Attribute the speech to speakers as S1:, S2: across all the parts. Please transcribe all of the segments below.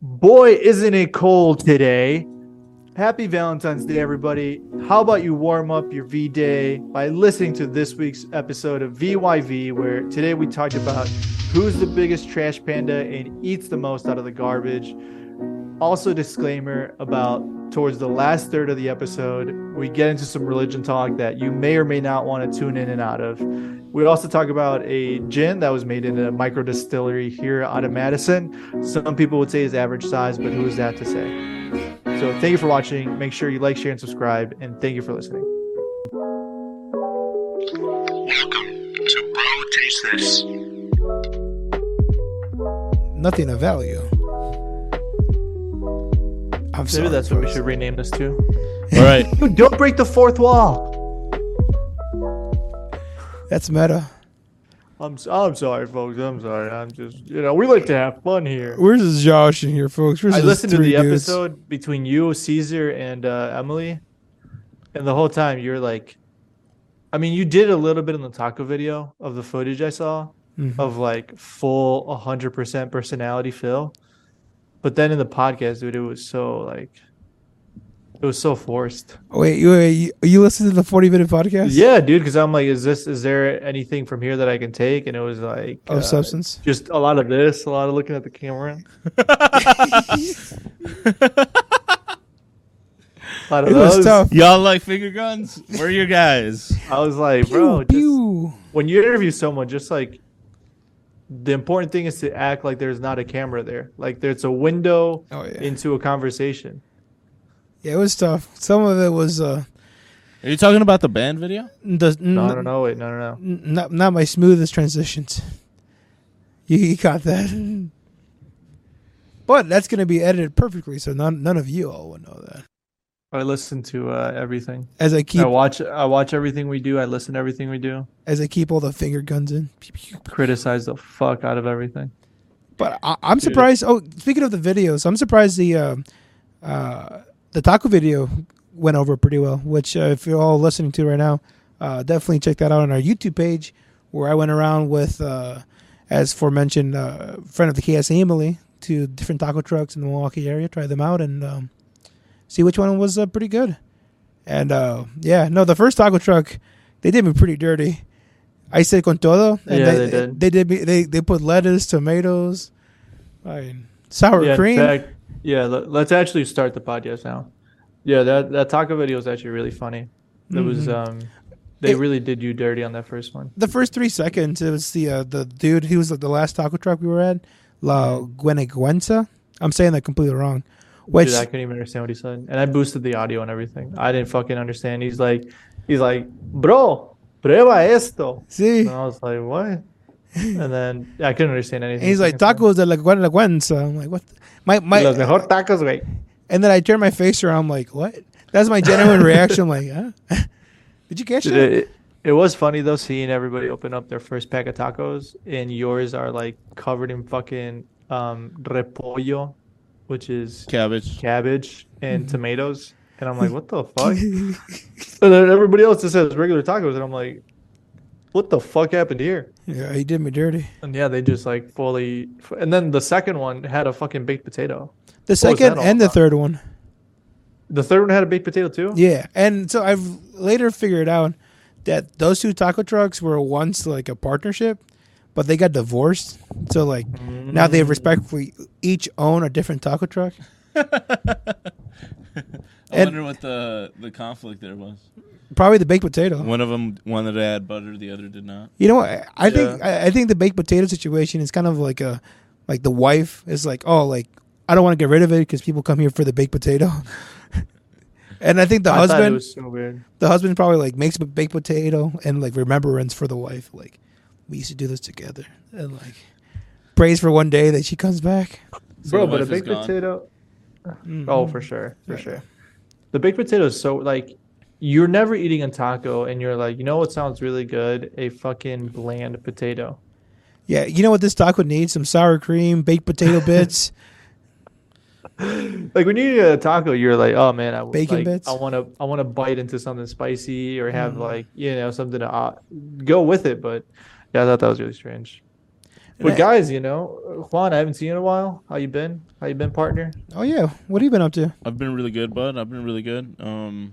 S1: Boy, isn't it cold today. Happy Valentine's Day, everybody. How about you warm up your V Day by listening to this week's episode of VYV, where today we talked about who's the biggest trash panda and eats the most out of the garbage. Also, disclaimer about towards the last third of the episode, we get into some religion talk that you may or may not want to tune in and out of. We also talk about a gin that was made in a micro distillery here out of Madison. Some people would say is average size, but who is that to say? So thank you for watching. Make sure you like, share, and subscribe, and thank you for listening.
S2: Welcome to Bro Taste This.
S3: nothing of value. I'm sorry.
S1: Maybe that's what we
S3: folks.
S1: should rename this to.
S4: All right.
S1: Don't break the fourth wall.
S3: That's meta.
S1: I'm s- I'm sorry, folks. I'm sorry. I'm just you know we like to have fun here.
S3: Where's this Josh in here, folks? Where's
S1: I
S3: this
S1: listened to
S3: three
S1: the
S3: dudes?
S1: episode between you, Caesar, and uh, Emily, and the whole time you're like, I mean, you did a little bit in the taco video of the footage I saw
S3: Mhm.
S1: of like full 100% personality Phil, but then in the podcast, dude, it was so like, it was so forced.
S3: Wait, you, wait, you, you listened to the 40 minute podcast?
S1: Yeah, dude, because I'm like, is this is there anything from here that I can take? And it was like
S3: Of
S1: uh,
S3: substance?
S1: just a lot of this, a lot of looking at the camera, a lot of
S3: It was
S1: those.
S3: tough.
S4: Y'all like finger guns? We're your guys.
S1: I was like, bro,
S3: Pew,
S1: just-
S3: pew.
S1: when you interview someone, just like the important thing is to act like there's not a camera there, like there's a window
S3: Oh, yeah.
S1: into a conversation.
S3: yeah, it was tough. Some of it was, uh,
S4: Are you talking about the band video?
S3: the,
S1: No, no, no, wait, no, no, no.
S3: n- not, not my smoothest transitions. You, you caught that. But that's going to be edited perfectly, so none, none of you all will know that.
S1: I listen to uh, everything.
S3: As I keep
S1: I watch. I watch everything we do. I listen to everything we do.
S3: as I keep all the finger guns in. Pew, pew, pew.
S1: Criticize the fuck out of everything.
S3: But I, I'm surprised. Oh, speaking of the videos, I'm surprised the uh, uh, the taco video went over pretty well. Which, uh, if you're all listening to right now, uh, definitely check that out on our YouTube page, where I went around with, uh, as aforementioned, uh, friend of the KS Emily to different taco trucks in the Milwaukee area, try them out, and um, see which one was uh, pretty good. And uh, yeah, no, the first taco truck, they did me pretty dirty. I said con todo. And
S1: Yeah,
S3: they,
S1: they did.
S3: They did. me- They they put lettuce, tomatoes, I mean, sour
S1: yeah, in
S3: cream.
S1: fact- yeah. Let, let's actually start the podcast now. Yeah, that that taco video was actually really funny. It was um, they
S3: Mm-hmm. It-
S1: really did you dirty on that first one.
S3: the first three seconds, it was the uh, the dude who was like the last taco truck we were at, La Gueneguenza. I'm saying that completely wrong. Which
S1: Dude, I couldn't even understand what he said, and I boosted the audio and everything. I didn't fucking understand. He's like, he's like, bro, prueba esto.
S3: see,
S1: And I was like, what? And then I couldn't understand anything.
S3: and he's like tacos de La Gueneguenza. I'm like, what? the- My my.
S1: Los mejor tacos, güey.
S3: and then I turn my face around. I'm like, what? That's my genuine reaction. I'm like, huh? Did you catch
S1: Dude,
S3: that?
S1: It, it was funny though seeing everybody open up their first pack of tacos, and yours are like covered in fucking um, repollo, which is
S4: Cabbage.
S1: cabbage and tomatoes. And I'm like, what the fuck? and then everybody else just says regular tacos, and I'm like, what the fuck happened here?
S3: Yeah, he did me dirty.
S1: And yeah, they just like fully. And then the second one had a fucking baked potato.
S3: The
S1: that
S3: second
S1: all
S3: and the
S1: about?
S3: third one.
S1: The third one had a baked potato too.
S3: Yeah, and so I've later figured out that those two taco trucks were once like a partnership, but they got divorced. So like now they
S1: Mm.
S3: respectfully each own a different taco truck.
S4: I
S3: And-
S4: wonder what the the conflict there was.
S3: Probably the baked potato.
S4: One of them wanted to add butter, the other did not.
S3: You know, what? I, I think I, I think the baked potato situation is kind of like a like the wife is like, oh, like I don't want to get rid of it because people come here for the baked potato. and I think the
S1: I thought it
S3: husband
S1: was so weird.
S3: the husband probably like makes a baked potato and like remembrance for the wife like we used to do this together and like prays for one day that she comes back
S4: So
S1: Bro, but a
S4: the wife is
S1: baked
S4: gone.
S1: potato.
S4: Mm-hmm.
S1: Oh, for sure, for sure. The baked potato is so like you're never eating a taco, and you're like, you know what sounds really good? A fucking bland potato.
S3: yeah you know what this taco needs some sour cream baked potato bits
S1: Like when you eat a taco, you're like, oh man, I
S3: Bacon
S1: like,
S3: bits? Mm.
S1: I want to, I want to bite into something spicy or have like you know something to uh, go with it. But yeah, I thought that was really strange. But guys, you know, Juan, I haven't seen you in a while. How you been? How you been, partner?
S3: Oh yeah, what have you been up to?
S4: I've been really good, bud. I've been really good. Um,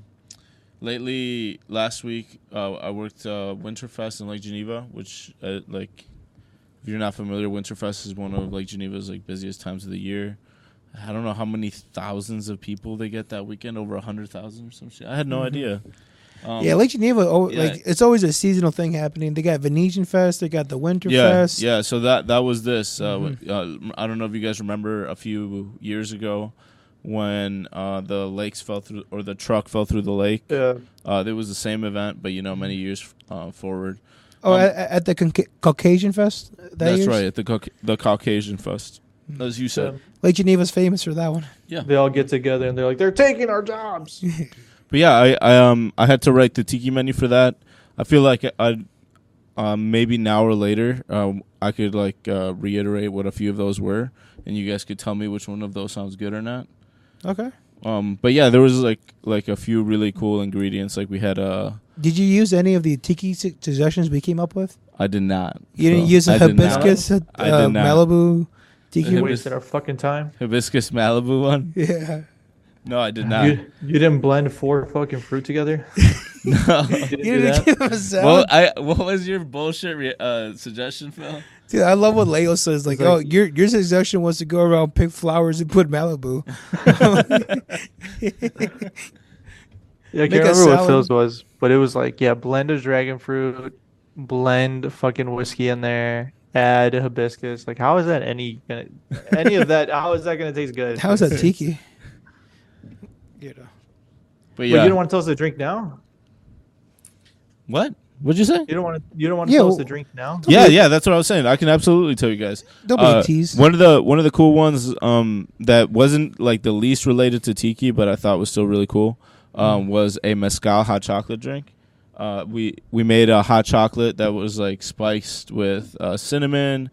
S4: lately, last week, uh, I worked uh, Winterfest in Lake Geneva, which, uh, like, if you're not familiar, Winterfest is one of Lake Geneva's like busiest times of the year. I don't know how many thousands of people they get that weekend, over hundred thousand or some shit. I had no idea. Um,
S3: yeah, Lake Geneva. Oh,
S4: yeah.
S3: like it's always a seasonal thing happening. They got Venetian Fest. They got the Winter
S4: yeah,
S3: Fest.
S4: yeah. So that that was this. Uh, uh, I don't know if you guys remember a few years ago when uh, the lakes fell through or the truck fell through the lake.
S1: Yeah.
S4: Uh, it was the same event, but you know,
S3: Mm.
S4: many years uh, forward.
S3: Oh,
S4: Um,
S3: at, at the Conca- Caucasian Fest. That
S4: That's
S3: year's? Mm.
S4: right, at the Cauc- the Caucasian Fest, as you said.
S3: Lake Geneva's famous for that one.
S1: They all get together and they're like, they're taking our jobs.
S4: But yeah, I, I um I had to write the tiki menu for that. I feel like I, I um maybe an hour later um I could like uh, reiterate what a few of those were, and you guys could tell me which one of those sounds good or not.
S3: Okay.
S4: Um, but yeah, there was like like a few really cool ingredients. Like we had uh,
S3: Did you use any of the tiki su- suggestions we came up with?
S4: I did not.
S3: You didn't
S4: bro.
S3: use
S4: I
S3: a
S4: did not.
S3: hibiscus, uh,
S4: I did not.
S3: Malibu
S1: You're
S3: tiki.
S4: hib-
S1: wasting our fucking time.
S4: hibiscus Malibu one.
S3: yeah.
S4: No, I did not.
S1: You, you didn't blend four fucking fruit together.
S4: no.
S1: You didn't
S3: You
S1: do that?
S3: didn't give us that.
S4: Well, I what was your bullshit re- uh, suggestion, Phil?
S3: Dude, I love what Leo says. Like,
S1: It's
S3: oh,
S1: like-
S3: your your suggestion was to go around pick flowers and put Malibu.
S1: Yeah, I
S3: Make
S1: can't
S3: a
S1: remember
S3: salad.
S1: what Phil's was, but it was like, yeah, blend a dragon fruit, blend fucking whiskey in there, add hibiscus. Like, how is that any gonna, any of that? How is that gonna taste good?
S3: How's that tiki? You know.
S4: But
S1: Wait,
S4: yeah,
S1: you don't want to toast the drink now.
S4: what? What'd you say?
S1: You don't want to. You don't want to
S3: Yeah,
S1: toast
S3: well-
S1: the drink now.
S4: Yeah, yeah, that's what I was saying. I can absolutely tell you guys. Uh,
S3: Don't be a tease.
S4: One of the one of the cool ones um, that wasn't like the least related to tiki, but I thought was still really cool, um,
S3: Mm.
S4: was a mezcal hot chocolate drink. Uh, we we made a hot chocolate that was like spiced with uh, cinnamon,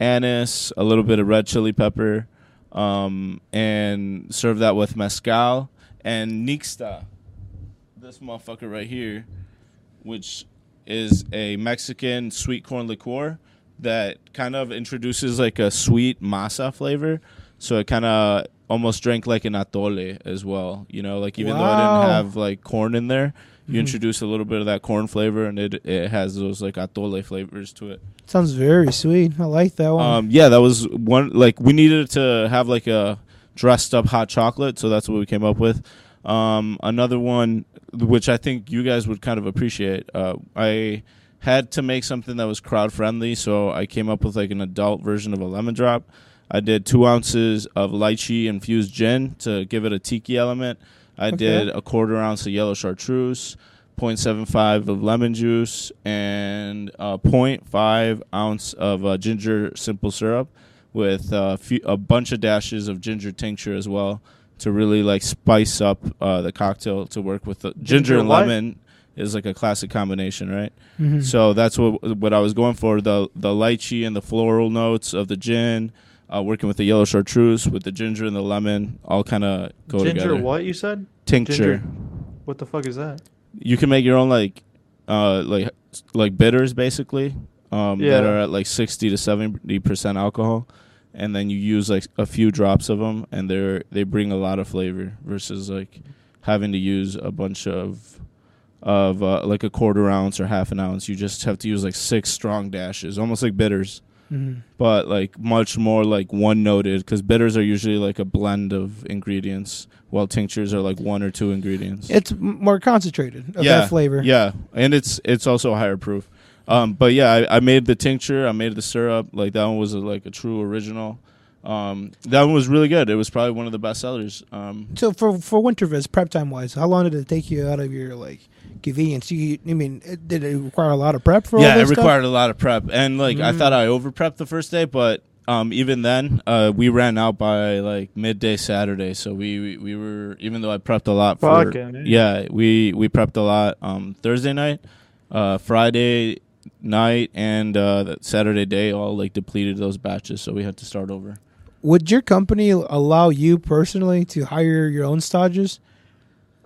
S4: anise, a little bit of red chili pepper, um, and served that with mezcal and nixta. This motherfucker right here, which is a Mexican sweet corn liqueur that kind of introduces like a sweet masa flavor. So it kind of almost drank like an atole as well. You know, like even though it
S3: Wow.
S4: didn't have like corn in there, you introduce a little bit of that corn flavor and it, it has those like atole flavors to it.
S3: Sounds very sweet. I like that one.
S4: Um, yeah, that was one. Like we needed to have like a dressed up hot chocolate, so that's what we came up with. Um, another one, which I think you guys would kind of appreciate. Uh, I had to make something that was crowd friendly, so I came up with like an adult version of a lemon drop. I did two ounces of lychee infused gin to give it a tiki element. I did a quarter ounce of yellow chartreuse. 0.75 of lemon juice and uh, 0.5 ounce of uh, ginger simple syrup with uh, few, a bunch of dashes of ginger tincture as well to really like spice up uh, the cocktail to work with the ginger,
S1: Ginger
S4: and
S1: what?
S4: lemon is like a classic combination right
S1: Mm-hmm.
S4: so that's what what I was going for the the lychee and the floral notes of the gin uh, working with the yellow chartreuse with the ginger and the lemon all kind of go
S1: Ginger,
S4: together
S1: what you said?
S4: tincture
S1: Ginger. What the fuck is that?
S4: you can make your own like uh like like bitters basically um
S1: Yeah.
S4: that are at like 60 to 70 percent alcohol and then you use like a few drops of them and they're they bring a lot of flavor versus like having to use a bunch of of uh, like a quarter ounce or half an ounce you just have to use like six strong dashes almost like bitters
S3: Mm-hmm.
S4: but like much more like one noted because bitters are usually like a blend of ingredients while tinctures are like one or two ingredients
S3: it's m- more concentrated of that flavor.
S4: yeah, and it's it's also higher proof. Um, but yeah, I, I made the tincture, I made the syrup. Like that one was a, like a true original. Um, that one was really good. It was probably one of the best sellers. Um,
S3: So for for Winterfest prep time wise, how long did it take you out of your like convenience? You, I mean, it, did it require a lot of prep for all
S4: yeah, it
S3: this stuff? Mm.
S4: required a lot of prep, and like I thought I over prepped the first day, but um, even then, uh, we ran out by like midday Saturday. So we we, we were even though I prepped a lot for
S1: Fucking A.
S3: eh?
S4: yeah we we prepped a lot um, Thursday night, uh, Friday night, and uh, that Saturday day all like depleted those batches, so we had to start over.
S3: Would your company allow you personally to hire your own stodges,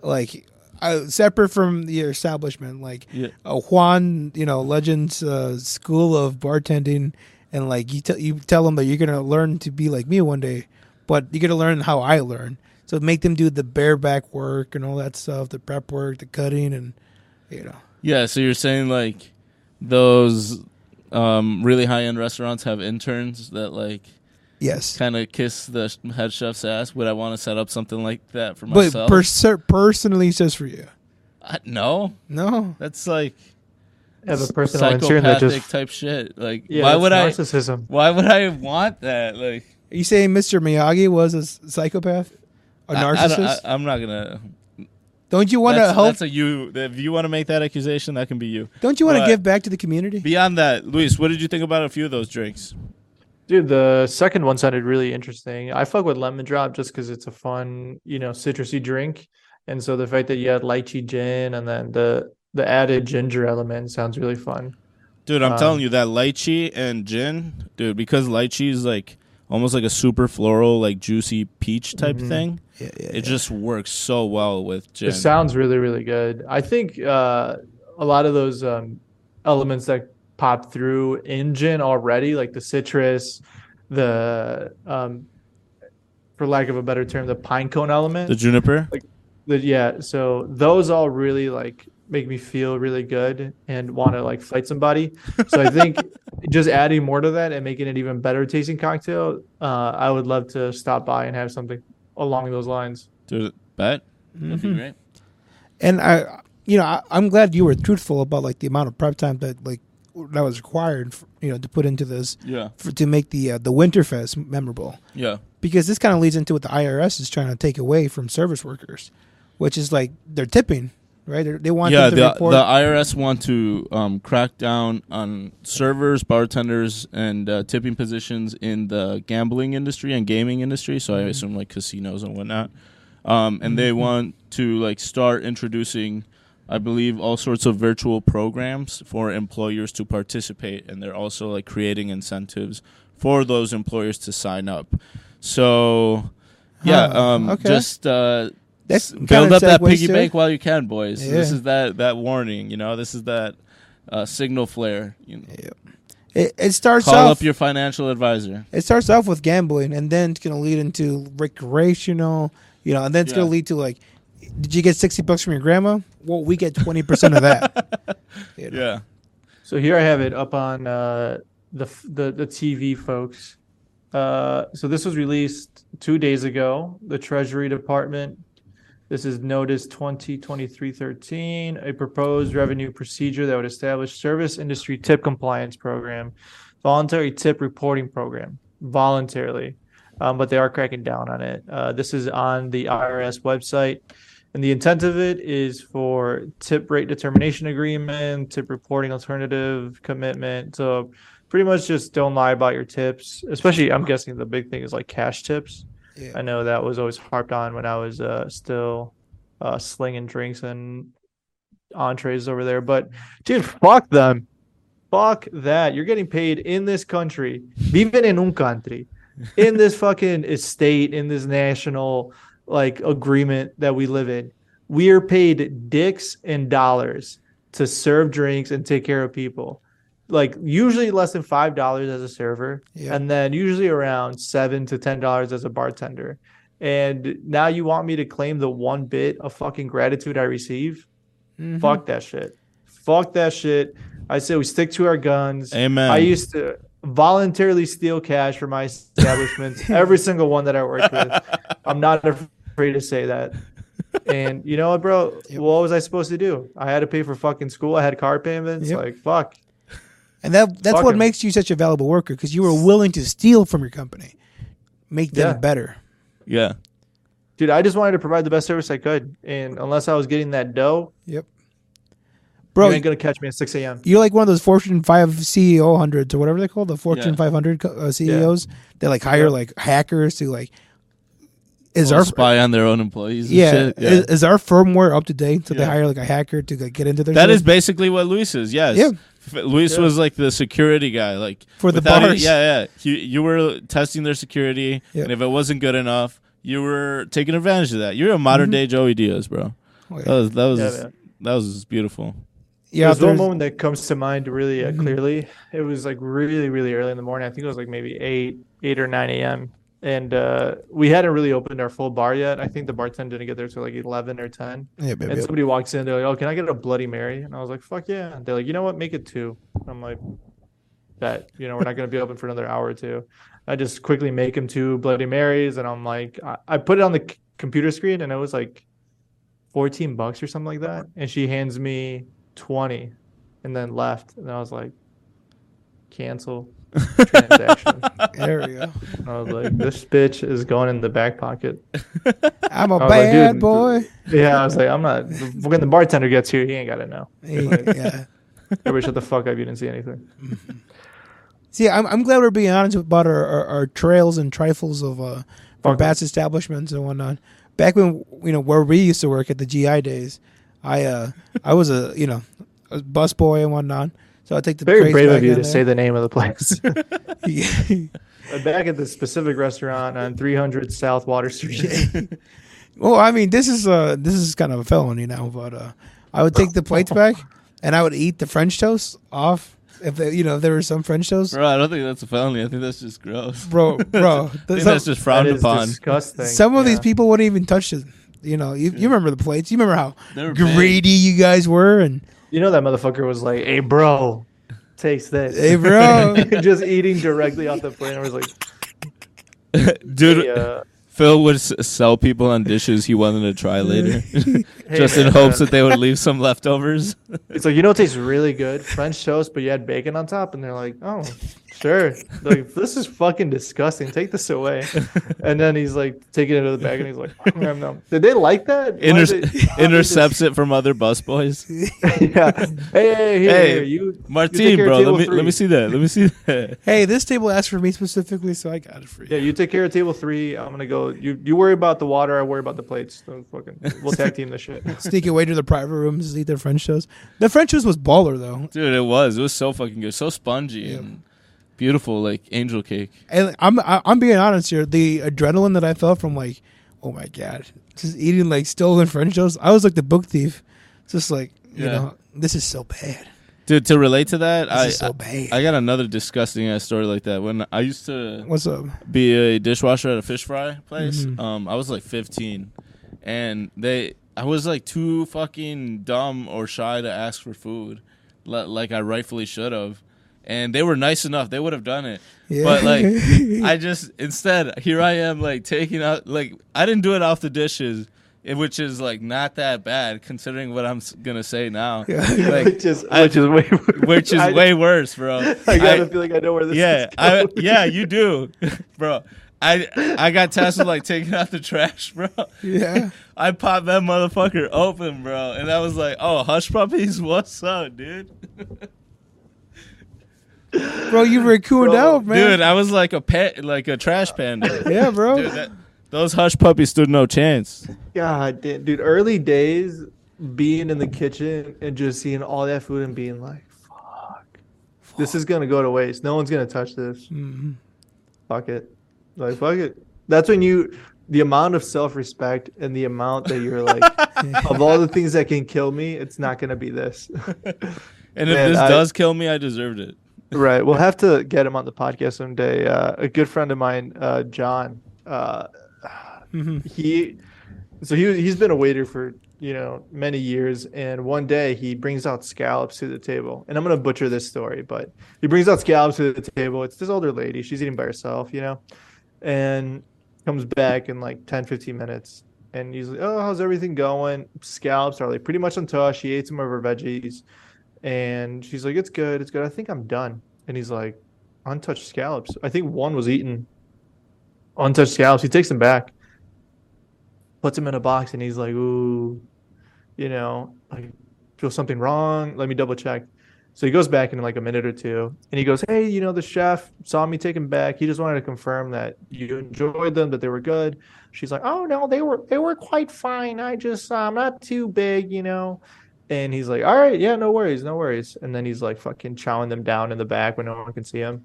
S3: like uh, separate from the establishment, like
S4: Yeah.
S3: uh, Juan, you know, Legends uh, School of Bartending and like you tell you tell them that you're gonna learn to be like me one day, but you're gonna learn how I learn. So make them do the bareback work and all that stuff, the prep work, the cutting, and you know,
S4: Yeah, so you're saying like those um, really high end restaurants have interns that like
S3: yes.
S4: kind of kiss the sh- head chef's ass. Would I want to set up something like that for
S3: But
S4: myself?
S3: pers- personally, it's just for you.
S4: I- no,
S3: No,
S4: that's like
S1: Have a personal insurance that
S4: psychopathic
S1: just
S4: type shit. Like,
S1: yeah,
S4: why
S1: that's
S4: would I?
S1: narcissism.
S4: Why would I want that? Like,
S3: Are you saying Mr. Miyagi was a s- psychopath, a
S4: I- I
S3: narcissist?
S4: don't- I, am not gonna.
S3: don't you want to
S4: That's,
S3: help?
S4: that's a you. If you want to make that accusation, that can be you.
S3: don't you want to
S4: but-
S3: give back to the community?
S4: Beyond that, Luis, what did you think about a few of those drinks?
S1: Dude, the second one sounded really interesting. I fuck with lemon drop just because it's a fun, you know, citrusy drink. And so the fact that you had lychee gin and then the the added ginger element sounds really fun.
S4: Dude, I'm
S1: Um,
S4: telling you that lychee and gin, dude, because lychee is like almost like a super floral, like juicy peach type
S1: Mm-hmm.
S4: thing.
S3: yeah, yeah,
S4: It just works so well with gin.
S1: It sounds really, really good. I think uh, a lot of those um, elements that pop through in gin already, like the citrus, the um, for lack of a better term, the pine cone element.
S4: the juniper.
S1: that yeah so those all really like make me feel really good and want to like fight somebody so i think just adding more to that and making it even better tasting cocktail uh, i would love to stop by and have something along those lines
S4: Dude, bet. That'd be great.
S3: and I, you know, I, I'm glad you were truthful about like the amount of prep time that like that was required, for, you know, to put into this
S4: Yeah.
S3: for, to make the uh, the Winterfest memorable.
S4: Yeah.
S3: Because this kind of leads into what the IRS is trying to take away from service workers, which is like they're tipping, right? They're, they want
S4: Yeah,
S3: them to
S4: the, the
S3: report.
S4: IRS want to um, crack down on servers, bartenders, and uh, tipping positions in the gambling industry and gaming industry. So I
S3: Mm-hmm.
S4: assume like casinos and whatnot. Um, and they want to like start introducing, I believe, all sorts of virtual programs for employers to participate, and they're also like creating incentives for those employers to sign up. So, yeah,
S3: Huh,
S4: um,
S3: okay.
S4: just uh,
S3: That's
S4: s-
S3: kinda
S4: build up that
S3: segues
S4: piggy
S3: to it.
S4: bank while you can, boys.
S3: Yeah.
S4: This is that that warning. You know, this is that uh, signal flare. You know,
S3: it, it starts
S4: call
S3: off.
S4: up your financial advisor.
S3: it starts off with gambling, and then it's going to lead into recreational, you know, and then it's going
S4: Yeah.
S3: to lead to like, did you get sixty bucks from your grandma? Well, we get twenty percent of that. You know?
S4: Yeah,
S1: so here i have it up on uh, the, f- the the tv folks uh, so this was released two days ago the treasury department This is notice 2023-13, a proposed revenue procedure that would establish service industry tip compliance program, voluntary tip reporting program, voluntarily. Um, but they are cracking down on it. Uh, this is on the IRS website. And the intent of it is for tip rate determination agreement, tip reporting alternative commitment. So pretty much just don't lie about your tips, especially I'm guessing the big thing is like cash tips.
S3: Yeah.
S1: I know that was always harped on when I was uh, still uh, slinging drinks and entrees over there. But dude, fuck them. Fuck that. You're getting paid in this country, even in un country, in this fucking estate, in this national like agreement that we live in. We are paid dicks and dollars to serve drinks and take care of people. Like usually less than five dollars as a server,
S3: Yeah.
S1: and then usually around seven to ten dollars as a bartender. And now you want me to claim the one bit of fucking gratitude I receive?
S3: Mhm.
S1: Fuck that shit. Fuck that shit. I say we stick to our guns.
S4: amen.
S1: I used to voluntarily steal cash from my establishments, every single one that I worked with. I'm not afraid to say that. And you know what, bro? What was I supposed to do? I had to pay for fucking school. I had car payments.
S3: Yep.
S1: Like fuck.
S3: And that that's
S1: Fuck
S3: what
S1: him.
S3: makes you such a valuable worker because you were willing to steal from your company, make them
S1: Yeah.
S3: better.
S4: yeah,
S1: Dude, I just wanted to provide the best service I could. And unless I was getting that dough,
S3: Yep.
S1: bro,
S3: Bro,
S1: you ain't gonna catch me at six AM.
S3: you're like one of those Fortune 5 CEO hundreds or whatever they're called, the Fortune
S4: Yeah.
S3: 500 co- uh, CEOs that like hire
S1: Yeah.
S3: like hackers to like is
S4: Wanna
S3: our
S4: spy on their own employees. and
S3: yeah,
S4: shit.
S3: Is, is our firmware up to date? So they
S4: Yeah.
S3: hire like a hacker to like, get into their
S4: That
S3: shit?
S4: is basically what Luis is. Yes.
S3: Yeah.
S4: F- Luis
S1: Yeah.
S4: was like the security guy, like
S3: For the
S4: without it-
S3: bars.
S4: yeah, yeah. You, you were testing their security,
S3: Yeah.
S4: and if it wasn't good enough, you were taking advantage of that. You're a modern day Joey Diaz, bro.
S3: Oh, Mm-hmm. yeah.
S4: That was that was
S1: Yeah, man.
S4: that was beautiful.
S3: yeah,
S1: Uh, There's one
S3: there's,
S1: moment that comes to mind really uh,
S3: Mhm.
S1: clearly. It was like really, really early in the morning. I think it was like maybe eight, eight or nine a.m. And uh, we hadn't really opened our full bar yet. I think the bartender didn't get there till like eleven or ten.
S3: yeah, baby,
S1: And somebody walks in. They're like, "Oh, can I get a Bloody Mary?" And I was like, "Fuck yeah!" And they're like, "You know what? Make it two. I'm like, "Bet you know we're not going to be open for another hour or two. I just quickly make him two Bloody Marys, and I'm like, I, I put it on the c- computer screen, and it was like fourteen bucks or something like that. And she hands me twenty, and then left. And I was like, cancel transaction.
S3: there we go.
S1: And I was like, this bitch is going in the back pocket.
S3: I'm a
S1: I was like,
S3: bad
S1: dude,
S3: boy.
S1: Yeah, I was like, I'm not. When the bartender gets here, he ain't got to know.
S3: Hey, yeah.
S1: Everybody shut the fuck up. You didn't see anything.
S3: See, I'm, I'm glad we're being honest about our, our, our trails and trifles of uh, for
S1: Fuck.
S3: Bass establishments and whatnot. Back when you know where we used to work at the GI days, I uh I was a you know a bus boy and whatnot. So I take the
S1: Very brave of you to say the name of the place.
S3: that.
S1: Back at the specific restaurant on 300 South Water Street.
S3: well, I mean this is uh this is kind of a felony now, but uh I would take the plates back and I would eat the French toast off if they, you know if there was some French toast.
S4: Bro, I don't think that's a felony. I think that's just gross.
S3: Bro, bro,
S4: I think
S3: some-
S4: that's just
S1: that
S4: frowned
S1: is
S4: upon.
S1: disgusting.
S3: Some of these
S1: Yeah.
S3: people wouldn't even touch it. You know, you, you remember the plates. You remember
S4: They
S3: how
S4: were
S3: greedy you guys were, and
S1: You know that motherfucker was like, "Hey, bro, taste this."
S3: hey, bro,
S1: just eating directly off the plate. I was like,
S4: Dude,
S1: "Hey, uh,
S4: Phil would s- sell people on dishes he wanted to try later,
S1: hey,
S4: just
S1: man,
S4: in hopes
S1: uh,
S4: that they would leave some leftovers.
S1: it's like you know, it tastes really good, French toast, but you had bacon on top, and they're like, "Oh, sure." They're like, this is fucking disgusting. Take this away. And then he's like, taking it out of the bag, and he's like, "Nom, nom." "Did they like that?" Why
S4: Inter-
S1: did they- why did they-
S4: intercepts it from other busboys.
S1: yeah. Hey, hey, here,
S4: Hey,
S1: here, you, you take
S4: Martine,
S1: care of
S4: bro,
S1: table
S4: let me
S1: three.
S4: let me see that. Let me see that.
S3: hey, this table asked for me specifically, so I got it for you.
S1: Yeah, you take care of table three. I'm gonna go. You you worry about the water. I worry about the plates. So fucking, we'll tag team this shit.
S3: Sneak away to the private rooms to eat their French toast. The French toast was baller though,
S4: Dude, it was. It was so fucking good. So spongy and beautiful, like angel cake.
S3: and I'm I, I'm being honest here. The adrenaline that I felt from like, oh my god, just eating like stolen French toast. I was like the book thief, just like you
S4: Yeah.
S3: know, this is so bad.
S4: Dude, to relate to that,
S3: This
S4: I,
S3: is so bad.
S4: I got another disgusting ass story like that. When I used to
S3: What's up?
S4: be a dishwasher at a fish fry place. Um, I was like 15, and they, I was like too fucking dumb or shy to ask for food, li- like I rightfully should have. And they were nice enough; they would have done it.
S3: Yeah.
S4: But like, I just instead here I am like taking out like I didn't do it off the dishes. eh, Which is like not that bad considering what I'm s- gonna say now, like,
S1: which is
S4: I-
S1: which is way worse.
S4: which is
S1: I,
S4: way worse, bro.
S1: I gotta
S4: I-
S1: feel like I know where this
S4: yeah,
S1: is
S4: I,
S1: going.
S4: yeah, you do, bro. I I got tasked with like taking out the trash, bro.
S3: yeah.
S4: I popped that motherfucker open, bro, and I was like, "Oh, hush puppies, what's up, dude?"
S3: Bro, you were cooned
S1: Bro.
S3: out, man.
S4: Dude, I was like a pet, like a trash panda.
S3: yeah, bro.
S4: dude, that, those hush puppies stood no chance.
S1: God damn, dude. Early days, being in the kitchen and just seeing all that food and being like, "Fuck, this is gonna go to waste. No one's gonna touch this.
S3: Mhm.
S1: Fuck it. Like fuck it. That's when you." The amount of self-respect and the amount that you're like, of all the things that can kill me, it's not gonna be this.
S4: And if
S1: Man,
S4: this
S1: I-
S4: does kill me, I deserved it.
S1: Right. We'll have to get him on the podcast someday. Uh, a good friend of mine, uh, John, uh, he, so he, he's been a waiter for, you know, many years. And one day he brings out scallops to the table and I'm going to butcher this story, but he brings out scallops to the table. It's this older lady. She's eating by herself, you know, and comes back in like 10, 15 minutes. And he's like, Oh, how's everything going? Scallops are like pretty much on toast. She ate some of her veggies. And she's like, It's good. It's good. I think I'm done. And he's like, Untouched scallops. I think one was eaten. Untouched scallops. He takes them back, puts them in a box, and he's like, Ooh, you know, I feel something wrong. Let me double check. So he goes back in like a minute or two and he goes, Hey, you know, the chef saw me take them back. He just wanted to confirm that you enjoyed them, that they were good. She's like, Oh no, they were they were quite fine. I just uh, I'm not too big, you know. And he's like, All right, yeah, no worries, no worries. And then he's like fucking chowing them down in the back when no one can see him.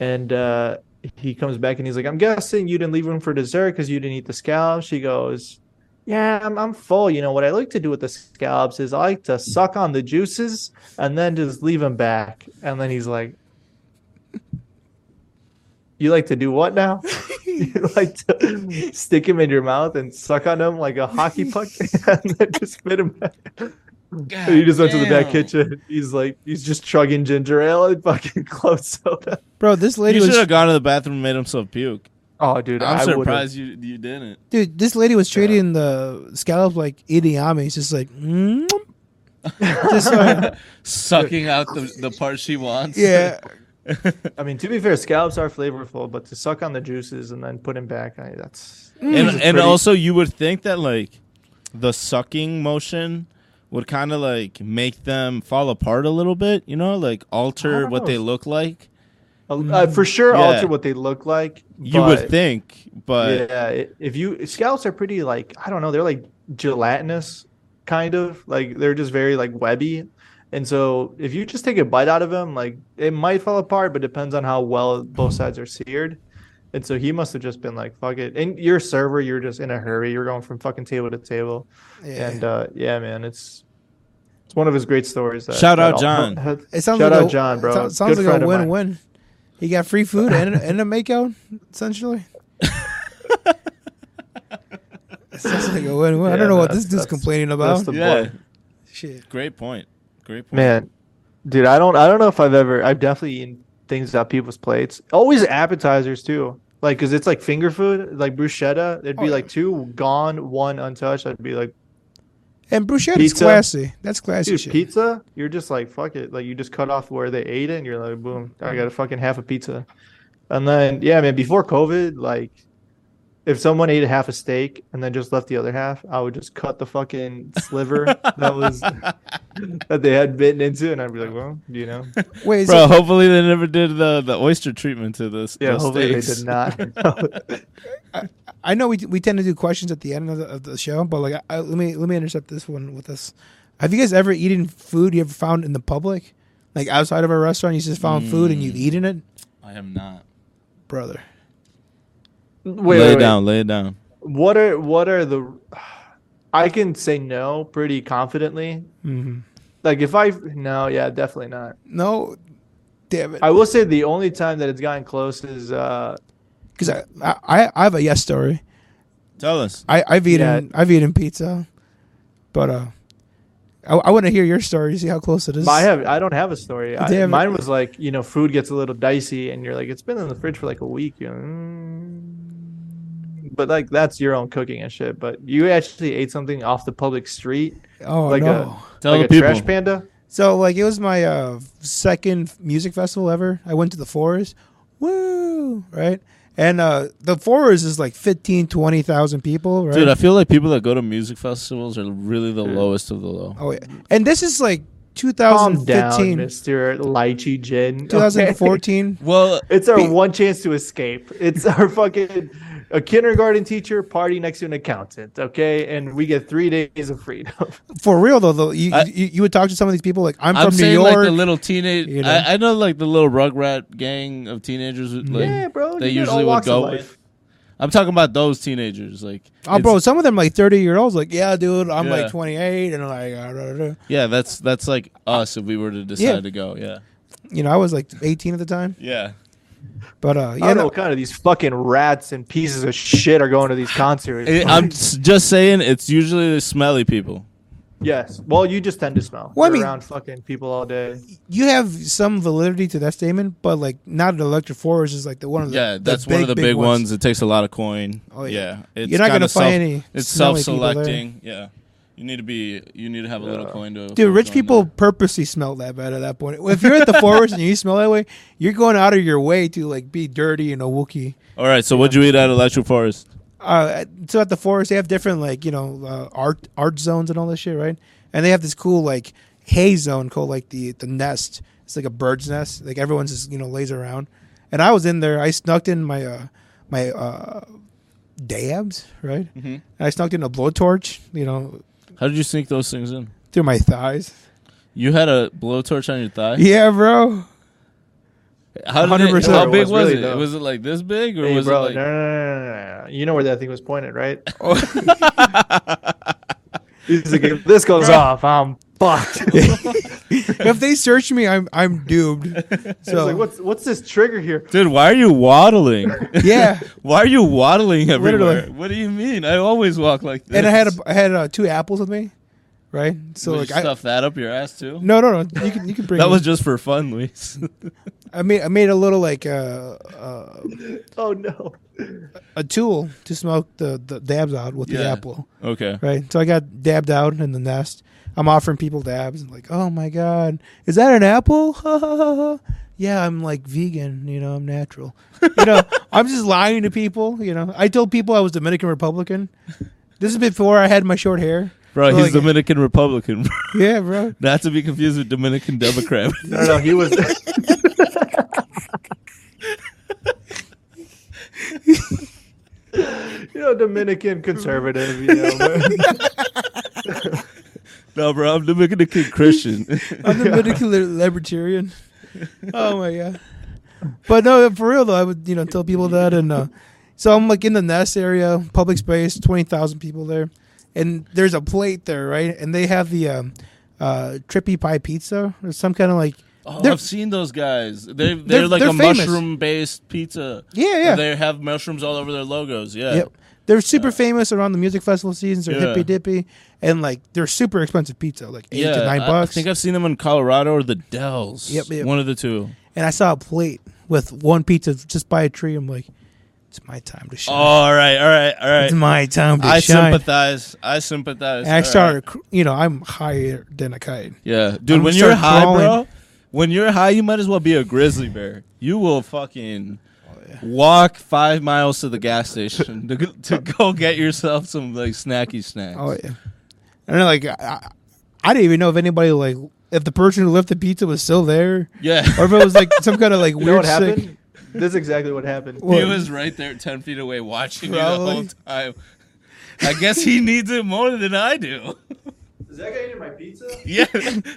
S1: And uh he comes back and he's like, I'm guessing you didn't leave them for dessert because you didn't eat the scallops. She goes, yeah, I'm, I'm full. You know, what I like to do with the scallops is I like to suck on the juices and then just leave them back. And then he's like, You like to do what now? you like to stick him in your mouth and suck on him like a hockey puck and then just spit him back. And he just went to the back kitchen. He's like, he's just chugging ginger ale and fucking clove soda.
S3: Bro, this lady
S4: He should
S3: was
S4: have gone to the bathroom and made himself puke.
S1: Oh, dude,
S4: I'm
S1: I would've-
S4: surprised you you didn't.
S3: dude, this lady was treating the scallops like Idi Amin. She's just like, mm just like,
S4: Sucking out the, the part she wants.
S3: yeah.
S1: I mean, to be fair, scallops are flavorful, but to suck on the juices and then put them back, I, that's
S4: and
S1: Mm. is
S4: and
S1: pretty-
S4: also you would think that like the sucking motion would kind of like make them fall apart a little bit, you know, like alter what they
S1: Oh.
S4: look like.
S1: uh, for sure
S4: Yeah.
S1: alter what they look like.
S4: You
S1: but-
S4: would think, but
S1: yeah, i- if you scallops are pretty like I don't know, they're like gelatinous, kind of like they're just very like webby, and so if you just take a bite out of them, like it might fall apart, but depends on how well both sides are seared. And so he must have just been like, "Fuck it." And your server, you're just in a hurry. You're going from fucking table to table,
S3: Yeah.
S1: and uh, yeah, man, it's it's one of his great stories. That,
S4: Shout
S1: that
S4: out John.
S3: It sounds
S1: Shout
S3: like
S1: out
S3: a,
S1: John, bro.
S3: so- sounds
S1: Good
S3: like
S1: friend
S3: a
S1: of mine.
S3: win-win. He got free food and, and a makeout, essentially. sounds like a win-win. I
S1: Yeah,
S3: don't know what
S1: that's-
S3: this dude's
S1: that's-
S3: complaining
S1: that's
S3: about.
S1: the
S4: yeah,
S1: boy.
S3: Shit.
S4: great point. Great point.
S1: Man, dude, I don't, I don't know if I've ever, I've definitely eaten things out people's plates. Always appetizers too, like because it's like finger food, like bruschetta. There'd be
S3: Oh,
S1: like two gone, one untouched. I'd be like,
S3: And bruschetta's
S1: Pizza.
S3: classy. That's classy
S1: dude,
S3: shit.
S1: pizza. You're just like, fuck it. Like you just cut off where they ate it, and you're like, boom,
S3: Mm.
S1: I got a fucking half a pizza. And then, yeah, man, before COVID, like. If someone ate half a steak and then just left the other half, I would just cut the fucking sliver that was that they had bitten into, and I'd be like, "Well, you know,
S3: Wait, so,
S4: Bro, hopefully they never did the, the oyster treatment to this.
S1: Yeah,
S4: the
S1: hopefully
S4: steaks.
S1: they did not.
S3: I know we, we tend to do questions at the end of the, of the show, but like, I, I- let me let me intercept this one with this. Have you guys ever eaten food you ever found in the public, like outside of a restaurant? You just found food and you've eaten it,
S4: I am not.
S3: brother.
S1: wait,
S4: lay
S1: wait,
S4: it
S1: wait.
S4: down. Lay it down.
S1: What are what are the? I can say no pretty confidently.
S3: Mm-hmm.
S1: Like if I no, yeah, definitely not.
S3: No, damn it.
S1: I will say the only time that it's gotten close is uh
S3: because I, I I have a yes story.
S4: Tell us.
S3: I I've eaten I've eaten pizza, but uh, I, I want to hear your story. See how close it is.
S1: I have I don't have a story. I,
S3: Damn it.
S1: mine was like you know food gets a little dicey and you're like it's been in the fridge for like a week. You know, mm. but like that's your own cooking and shit. But you actually ate something off the public street
S3: oh
S1: like uh,
S3: no.
S4: Tell
S1: like a
S4: the people.
S1: trash panda.
S3: So like it was my uh, second music festival ever. I went to the Forest. Woo! Right. And uh, the Forest is like 15, 20,000 people, right?
S4: Dude, I feel like people that go to music festivals are really the lowest of the low.
S3: oh, yeah. And this is like
S1: Calm down,
S3: 2015,
S1: Mister Lychee Gin.
S3: 2014.
S4: Well,
S1: It's our
S3: Be-
S1: one chance to escape. It's our fucking a kindergarten teacher party next to an accountant, okay? And we get three days of freedom.
S3: For real though, though you,
S4: I-
S3: you you would talk to some of these people like I'm,
S4: I'm
S3: from New
S4: saying
S3: York.
S4: like the little teenage.
S3: you know?
S4: I, I know like the little rugrat gang of teenagers. would, Like,
S1: yeah, bro.
S4: They
S1: you get all
S4: usually would
S1: walks of
S4: go
S1: life.
S4: with. I'm talking about those teenagers. Like,
S3: Oh,
S4: it's-
S3: bro, some of them like thirty year olds. Like, yeah, dude, I'm
S4: Yeah.
S3: like 28, and like, uh, da, da, da.
S4: Yeah, that's that's like us if we were to decide
S3: Yeah.
S4: to go. Yeah,
S3: you know, I was like 18 at the time.
S4: yeah.
S3: But uh,
S1: I
S3: yeah,
S1: don't know
S3: no,
S1: what kind of these fucking rats and pieces of shit are going to these concerts.
S4: I'm s- just saying, it's usually the smelly people.
S1: yes. Well, you just tend to smell.
S3: Well, I
S1: You're
S3: mean-
S1: around fucking people all day.
S3: you have some validity to that statement, but like, not an electric forest is like the one of the
S4: Yeah,
S3: the
S4: that's one of the big, ones. It takes a lot of coin.
S3: Oh,
S4: yeah.
S3: yeah.
S4: it's
S3: You're not
S4: kinda
S3: gonna find
S4: self-
S3: any
S4: It's
S3: smelly people there.
S4: self-selecting. Yeah, you need to be. You need to have a little coin to.
S3: Dude, rich
S4: join
S3: people
S4: that.
S3: purposely smell that bad at that point. If you're at the forest and you smell that way, you're going out of your way to like be dirty and a wookie.
S4: All right, so what'd you eat at Electric Forest?
S3: uh, so at the forest they have different like you know uh, art art zones and all this shit, right? And they have this cool like hay zone called like the the nest. It's like a bird's nest. Like everyone's just you know lays around. And I was in there. I snuck in my uh, my uh, dabs, right? And I snuck in a blowtorch, you know,
S4: How did you sneak those things in?
S3: through my thighs.
S4: You had a blowtorch on your thigh.
S3: Yeah, bro.
S4: How, did it,
S1: 100%
S4: how
S1: it
S4: big
S1: was
S4: was
S1: really
S4: it?
S1: dope.
S4: Was it like this big or
S1: Hey,
S4: was
S1: bro,
S4: it
S1: no,
S4: like? Oh.
S1: no, no, no, no, no. You know where that thing was pointed, right? He's like, if this goes off, I'm fucked.
S3: if they search me, I'm I'm doomed.
S1: It's
S3: So
S1: like, what's what's this trigger here?
S4: Dude, why are you waddling?
S3: yeah,
S4: why are you waddling everywhere?
S3: Literally.
S4: What do you mean? I always walk like this.
S3: and I had a, I had uh, two apples with me, right? So
S4: Would
S3: like
S4: you
S3: I,
S4: stuff that up your ass too.
S3: no no no you can you can bring
S4: that
S3: it.
S4: was just for fun, Luis.
S3: I made I made a little like uh, uh,
S1: Oh no!
S3: a tool to smoke the, the dabs out with the
S4: Yeah.
S3: apple,
S4: okay.
S3: right? So I got dabbed out in the nest. I'm offering people dabs and like, oh my god, is that an apple? Ha, ha, ha, ha. yeah, I'm like vegan, you know, I'm natural. You know, I'm just lying to people. You know, I told people I was Dominican Republican. This is before I had my short hair.
S4: Bro,
S3: So,
S4: he's
S3: like-
S4: Dominican Republican. bro.
S3: Yeah, bro.
S4: Not to be confused with Dominican Democrat.
S1: No, no, no, he was. you know, Dominican conservative. You know,
S4: no, bro, I'm Dominican Christian.
S3: I'm the ridiculous libertarian. Oh my god! But no, for real though, I would you know tell people that, and uh, so I'm like in the nest area, public space, twenty thousand people there, and there's a plate there, right? And they have the um, uh, trippy pie pizza or some kind of like,
S4: Oh,
S3: They're-
S4: I've seen those guys. They they're,
S3: They're-
S4: like
S3: they're
S4: a
S3: famous.
S4: mushroom-based pizza.
S3: Yeah, yeah.
S4: They have mushrooms all over their logos. Yeah.
S3: yep. They're super famous around the music festival seasons. They're
S4: Yeah.
S3: hippy dippy, and like they're super expensive pizza, like eight
S4: Yeah,
S3: to nine
S4: I-
S3: bucks.
S4: I think I've seen them in Colorado or the Dells.
S3: Yep, yep.
S4: One of the two.
S3: and I saw a plate with one pizza just by a tree. I'm like, it's my time to shine.
S4: Oh, all right, all right, all right.
S3: It's my time to
S4: I
S3: shine.
S4: sympathize. I sympathize.
S3: And I
S4: All
S3: started,
S4: right.
S3: cr- you know, I'm higher than a kite.
S4: Yeah, dude.
S3: I'm
S4: when
S3: start
S4: you're high,
S3: crawling.
S4: bro, when you're high, you might as well be a grizzly bear. You will fucking
S3: Oh,
S4: walk five miles to the gas station to, go- to go get yourself some like snacky snacks.
S3: Oh yeah, and then, like I, I I didn't even know if anybody like if the person who left the pizza was still there,
S4: yeah.
S3: or if it was like some kind of like
S1: you know
S3: weird
S1: what
S3: sick.
S1: happened? This is exactly what happened.
S3: What?
S4: He was right there, ten feet away, watching you the whole
S3: Probably.
S4: time. I guess he needs it more than I do.
S1: Is that guy eating my pizza?
S4: Yeah,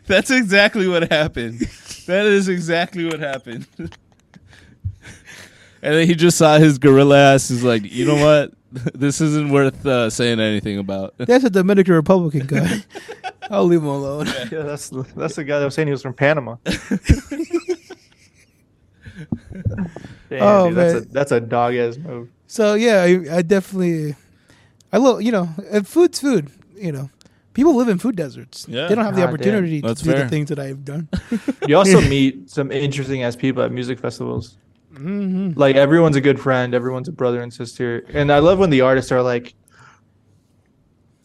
S4: that's exactly what happened. That is exactly what happened. And then he just saw his gorilla ass. He's like, you know what? This isn't worth uh, saying anything about.
S3: That's a Dominican Republican guy. I'll leave him alone.
S1: Yeah, that's that's the guy that was saying he was from Panama. Damn,
S3: Oh,
S1: dude, that's a
S3: man.
S1: that's a dog ass move.
S3: So yeah, I, I definitely, I love you know, and food's food. You know, people live in food deserts.
S4: Yeah.
S3: they don't have the
S1: God damn.
S3: opportunity to
S4: That's
S3: do
S4: fair.
S3: the things that I've done.
S1: You also meet some interesting ass people at music festivals.
S3: Mm-hmm.
S1: Like everyone's a good friend, everyone's a brother and sister, and I love when the artists are like,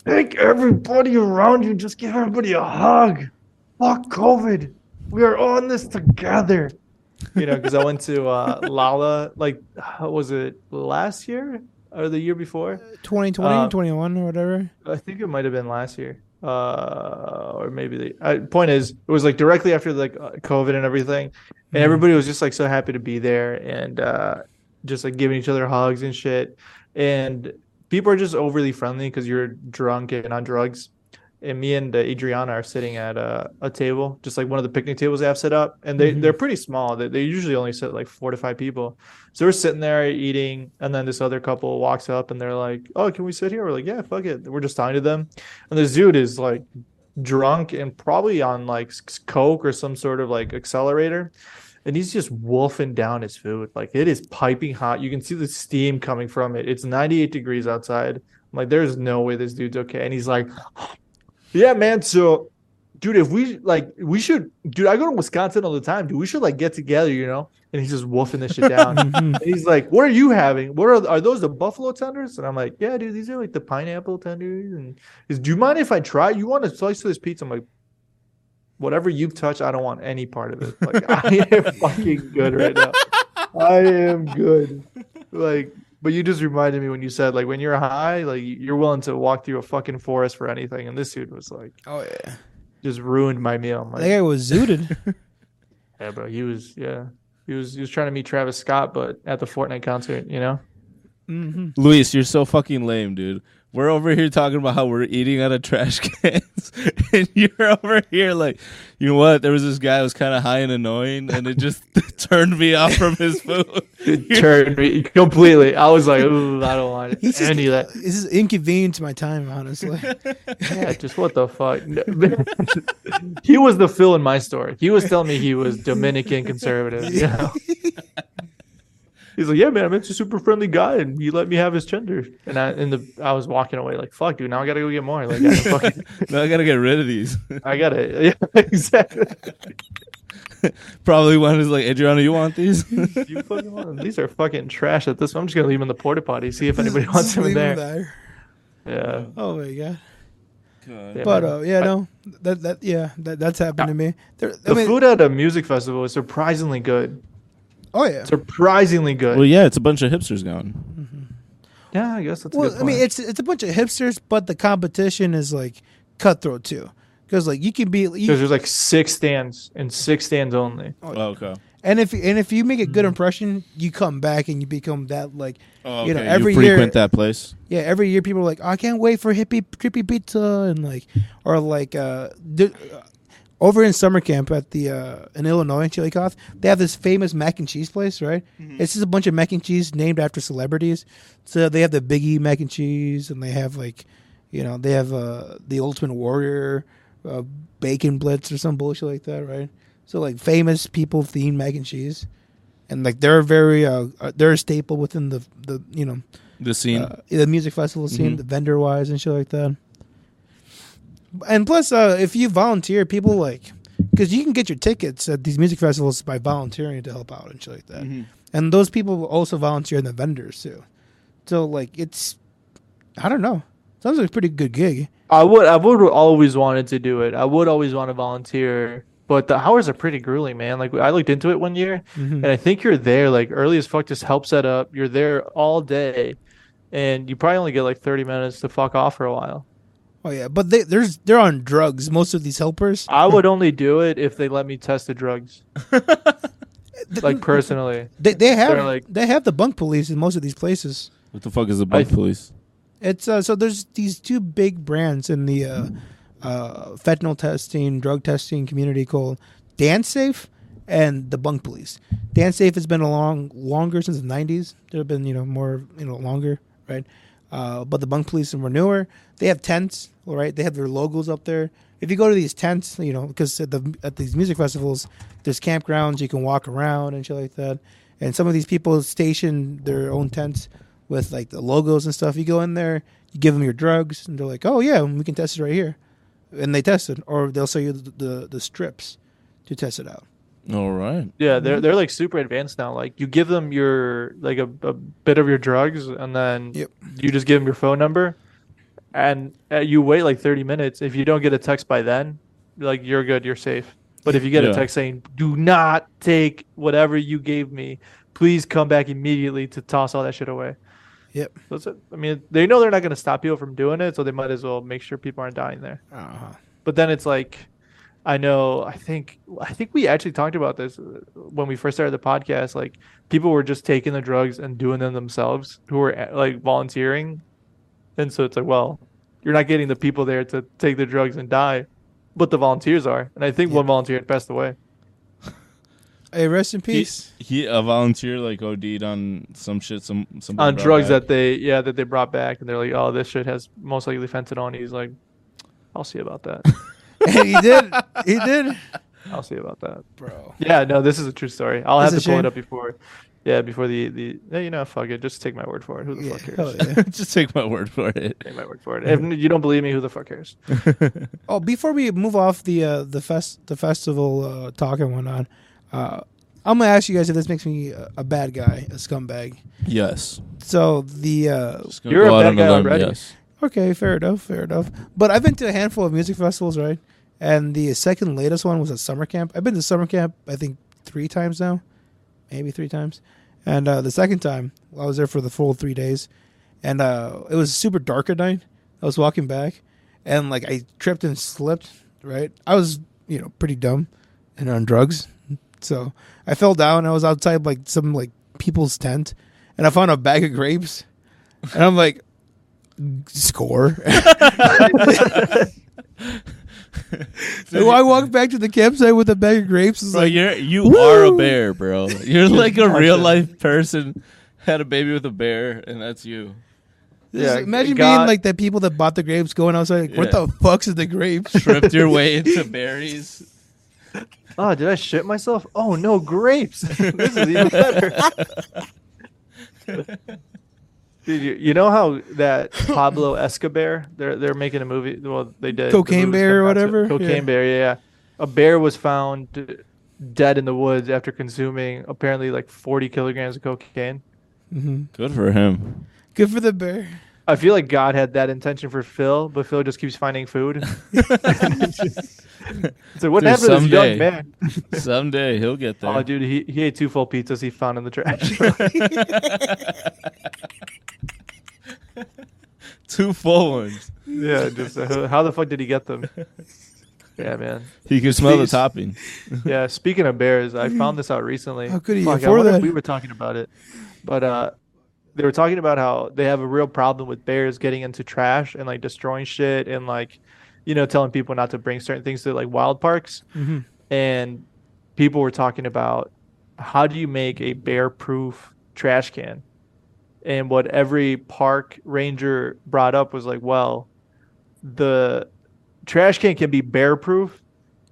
S1: "Take everybody around you, just give everybody a hug. Fuck COVID, we are on this together." You know, because I went to uh, Lala like how was it last year or the year before?
S3: 2020,
S1: Uh,
S3: 21 or whatever.
S1: I think it might have been last year, uh, or maybe the uh, point is it was like directly after like uh, COVID and everything, and everybody was just like so happy to be there and uh, just like giving each other hugs and shit, and people are just overly friendly because you're drunk and on drugs. And me and uh, Adriana are sitting at a, a table, just like one of the picnic tables they have set up, and they
S3: Mhm.
S1: they're pretty small. They, they usually only sit like four to five people. So we're sitting there eating, and then this other couple walks up and they're like, "Oh, can we sit here?" We're like, "Yeah, fuck it." We're just talking to them, and this dude is like drunk and probably on like s- s- coke or some sort of like accelerator, and he's just wolfing down his food. Like it is piping hot. You can see the steam coming from it. It's 98 degrees outside. I'm like, "There's no way this dude's okay," and he's like, "Yeah, man. So." Dude, if we like, we should, dude. I go to Wisconsin all the time, dude. We should like get together, you know. And he's just wolfing this shit down.
S3: Mhm.
S1: And he's like, "What are you having? What are are those the buffalo tenders?" And I'm like, "Yeah, dude, these are like the pineapple tenders." And he's, "Do you mind if I try? You want a slice of this pizza?" I'm like, "Whatever you've touched, I don't want any part of it. Like, I am fucking good right now. I am good. Like, but you just reminded me when you said like when you're high, like you're willing to walk through a fucking forest for anything. And this dude was like,
S3: Oh yeah,
S1: just ruined my meal. I'm
S3: that
S1: like,
S3: guy was zooted.
S1: yeah, bro, he was, yeah." He was, he was trying to meet Travis Scott, but at the Fortnite concert, you know?
S3: hmm
S4: Luis, you're so fucking lame, dude. We're over here talking about how we're eating out of trash cans, and you're over here like, you know what? There was this guy who was kind of high and annoying, and it just turned me off from his food.
S1: turned me completely. I was like, ooh, I don't want
S3: This is,
S1: any of that.
S3: this is inconvenient to my time, honestly.
S1: Yeah, just what the fuck. No. he was the Phil in my story. He was telling me he was Dominican conservative. You know? He's like, yeah, man, I met a super friendly guy, and he let me have his gender. And I, and the, I was walking away like, fuck, dude, now I gotta go get more. Like, I gotta, fucking,
S4: now I gotta get rid of these.
S1: I gotta, yeah, exactly.
S4: Probably one is like, Adriana, you want these?
S1: You fucking want them. These are fucking trash. At this, I'm just gonna leave them in the porta potty. See if anybody
S3: Just
S1: wants them in
S3: leave
S1: there.
S3: him there.
S1: Yeah,
S3: Oh my god.
S1: yeah,
S3: But
S1: man.
S3: uh, yeah, no, that that yeah, that, that's happened to me. There, I
S1: Uh, the
S3: mean,
S1: food at a music festival is surprisingly good.
S3: oh yeah.
S1: Surprisingly good.
S4: well, yeah, it's a bunch of hipsters gone.
S1: yeah, I guess that's. a
S3: Well,
S1: good
S3: I mean,
S1: point.
S3: it's it's a bunch of hipsters, but the competition is like cutthroat too, because like you can be,
S1: Because
S3: you,
S1: there's like six stands and six stands only.
S4: Oh, okay.
S3: and if and if you make a
S1: Mm.
S3: good impression, you come back and you become that like,
S4: Oh,
S3: you know,
S4: okay.
S3: every
S4: frequent
S3: year,
S4: that place.
S3: yeah, every year people are like, I can't wait for hippie trippy pizza and like, or like, uh, the- uh, over in summer camp at the uh in Illinois, Chillicothe, they have this famous mac and cheese place, right? It's just a bunch of mac and cheese named after celebrities. So they have the Big E mac and cheese, and they have like, you know, they have uh the Ultimate Warrior, uh, Bacon Blitz or some bullshit like that, right? So like famous people themed mac and cheese. And like they're very, uh, uh, they're a staple within the the you know
S4: The scene.
S3: uh, the music festival scene,
S1: Mm-hmm.
S3: the vendor wise and shit like that. And plus, uh, if you volunteer, people like because you can get your tickets at these music festivals by volunteering to help out and shit like that.
S1: Mm-hmm.
S3: And those people will also volunteer in the vendors too. So like it's, I don't know. Sounds like a pretty good gig.
S1: I would, I would always wanted to do it. I would always want to volunteer, but the hours are pretty grueling, man. Like I looked into it one year, and I think you're there like early as fuck. Just help set up. You're there all day, and you probably only get like 30 minutes to fuck off for a while.
S3: Oh yeah, but they there's they're on drugs. Most of these helpers.
S1: I would only do it if they let me test the drugs, like personally.
S3: They they have
S1: They're like-
S3: they have the bunk police in most of these places.
S4: what the fuck is the bike
S1: I-
S4: police?
S3: It's uh, so there's these two big brands in the uh, uh, fentanyl testing, drug testing community called DanSafe and the Bunk Police. DanSafe has been along longer since the '90s. There have been you know more you know longer, right? Uh, but the Bunk Police and Renewer, they have tents, all right? They have their logos up there. If you go to these tents, you know, because at, the, at these music festivals, there's campgrounds you can walk around and shit like that. And some of these people station their own tents with like the logos and stuff. You go in there, you give them your drugs, and they're like, "Oh yeah, we can test it right here," and they test it, or they'll sell you the the, the strips to test it out.
S4: All right.
S1: Yeah,
S3: Mm-hmm.
S1: they're they're like super advanced now. Like you give them your like a, a bit of your drugs, and then
S3: Yep.
S1: you just give them your phone number, and uh, you wait like thirty minutes. If you don't get a text by then, like you're good, you're safe. But if you get
S4: Yeah.
S1: a text saying "Do not take whatever you gave me," please come back immediately to toss all that shit away.
S3: Yep.
S1: That's it. I mean, they know they're not going to stop people from doing it, so they might as well make sure people aren't dying there
S3: Uh-huh.
S1: but then it's like i know i think i think we actually talked about this uh, when we first started the podcast like people were just taking the drugs and doing them themselves who were uh, like volunteering and so it's like well you're not getting the people there to take the drugs and die but the volunteers are and i think one volunteer had passed away
S3: Hey, rest in
S4: He,
S3: peace.
S4: he a volunteer like OD'd on some shit. Some some
S1: on drugs that they yeah that they brought back and they're like oh this shit has most likely fentanyl and he's like i'll see about that
S3: And he did. He did.
S1: i'll see about that
S3: Bro.
S1: Yeah, no, this is a true story. I'll
S3: That's
S1: have
S3: a
S1: to pull
S3: shame.
S1: it up before. Yeah, before the the. yeah, You know, fuck it. Just take my word for it. Who the
S3: Yeah.
S1: fuck cares?
S3: Hell yeah.
S4: just take my word for it.
S1: Take my word for it. If you don't believe me, who the fuck cares?
S3: Oh, before we move off the uh, the fest the festival uh, talk and whatnot, uh, I'm gonna ask you guys if this makes me a, a bad guy, a scumbag.
S4: Yes.
S3: So the uh,
S4: Just gonna
S1: You're
S4: go
S1: a
S4: out
S1: bad
S4: on
S1: guy
S4: limb,
S1: already.
S4: Yes.
S3: Okay, fair enough, fair enough. But I've been to a handful of music festivals, right? And the second latest one was a summer camp. I've been to summer camp, I think, three times now, maybe three times. And uh, the second time, I was there for the full three days, and uh, it was super dark at night. I was walking back, and like I tripped and slipped. Right, I was you know pretty dumb and on drugs, so I fell down. I was outside like some like people's tent, and I found a bag of grapes, and I'm like, score. so I walked back to the campsite with a bag of grapes. It's
S4: Bro,
S3: like,
S4: you're you are a
S3: Woo!
S4: bear, bro. You're like a real life person. Had a baby with a bear, and that's you.
S3: this-
S1: Yeah,
S3: imagine being
S1: God-
S3: like the people that bought the grapes going outside. Like, What
S4: Yeah.
S3: the fuck's is the grapes?
S4: Tripped your way into berries.
S1: Oh, did I shit myself? Oh no, grapes! this is even better. Dude, you, you know how that Pablo Escobar? They're they're making a movie. Well, they did the
S3: Cocaine
S1: movie's
S3: Bear or
S1: coming out soon.
S3: whatever?
S1: Cocaine
S3: Yeah.
S1: Bear, yeah, yeah. A bear was found dead in the woods after consuming apparently like 40 kilograms of cocaine.
S4: Good for him.
S3: Mm-hmm. Good for the bear.
S1: I feel like God had that intention for Phil, but Phil just keeps finding food. so what happened
S4: Dude,
S1: to this
S4: someday.
S1: young man?
S4: Someday he'll get there.
S1: Oh, dude, he, he ate two full pizzas he found in the trash.
S4: Two full ones.
S1: yeah, just uh, how the fuck did he get them? Yeah, man.
S4: He can smell the
S3: Please.
S4: topping.
S1: Yeah, speaking of bears, I found this out recently.
S3: How could he
S1: Fuck, I
S3: afford
S1: wonder if
S3: that?
S1: We were talking about it, but uh, they were talking about how they have a real problem with bears getting into trash and like destroying shit and like, you know, telling people not to bring certain things to like wild parks.
S3: Mhm.
S1: And people were talking about how do you make a bear-proof trash can? And what every park ranger brought up was like, well, the trash can can be bear proof,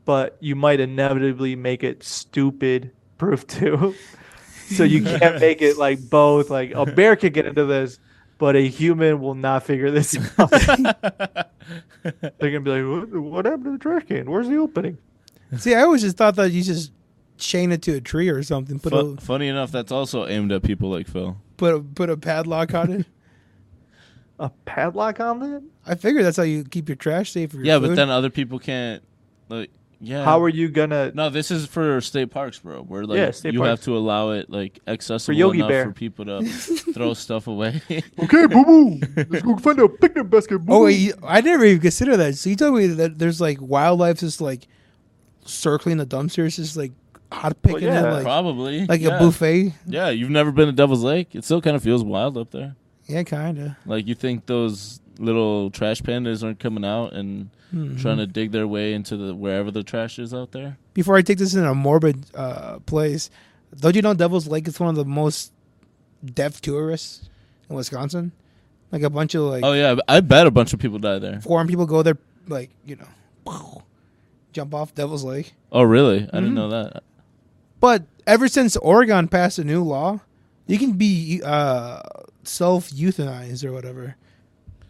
S1: but you might inevitably make it stupid proof too. so you can't make it like both. Like a bear can get into this, but a human will not figure this out. They're gonna be like, what, what happened to the trash can? Where's the opening?
S3: See, I always just thought that you just chain it to a tree or something. Put
S4: Fu-
S3: a
S4: funny enough, that's also aimed at people like Phil.
S3: put a, put a padlock on it.
S1: A padlock on that?
S3: I figured that's how you keep your trash safe. For your
S4: Yeah, but
S3: food.
S4: then other people can't. Like, yeah.
S1: How are you gonna?
S4: No, this is for state parks, bro. Where like
S1: Yeah, state
S4: you
S1: parks.
S4: have to allow it like accessible
S1: Yogi
S4: enough
S1: Bear.
S4: for people to throw stuff away.
S1: Okay, boo boo. Let's go find a picnic basket.
S3: Oh, wait, you- I never even considered that. So you told me that there's like wildlife just like circling the dumpsters, just like hot picking
S1: yeah.
S3: it, like,
S4: Probably
S3: like
S4: yeah.
S3: a buffet.
S4: Yeah, you've never been to Devil's Lake. It still kind of feels wild up there.
S3: Yeah, kind of.
S4: Like you think those little trash pandas aren't coming out and
S3: Hmm.
S4: trying to dig their way into the wherever the trash is out there.
S3: Before I take this in a morbid uh, place, don't you know Devil's Lake is one of the most deaf tourists in Wisconsin? Like a bunch of like
S4: Oh yeah, I bet a bunch of people die there.
S3: foreign people go there, like you know, jump off Devil's Lake.
S4: Oh really? I
S3: Hmm.
S4: didn't know that.
S3: But ever since Oregon passed a new law, you can be uh, self euthanized or whatever,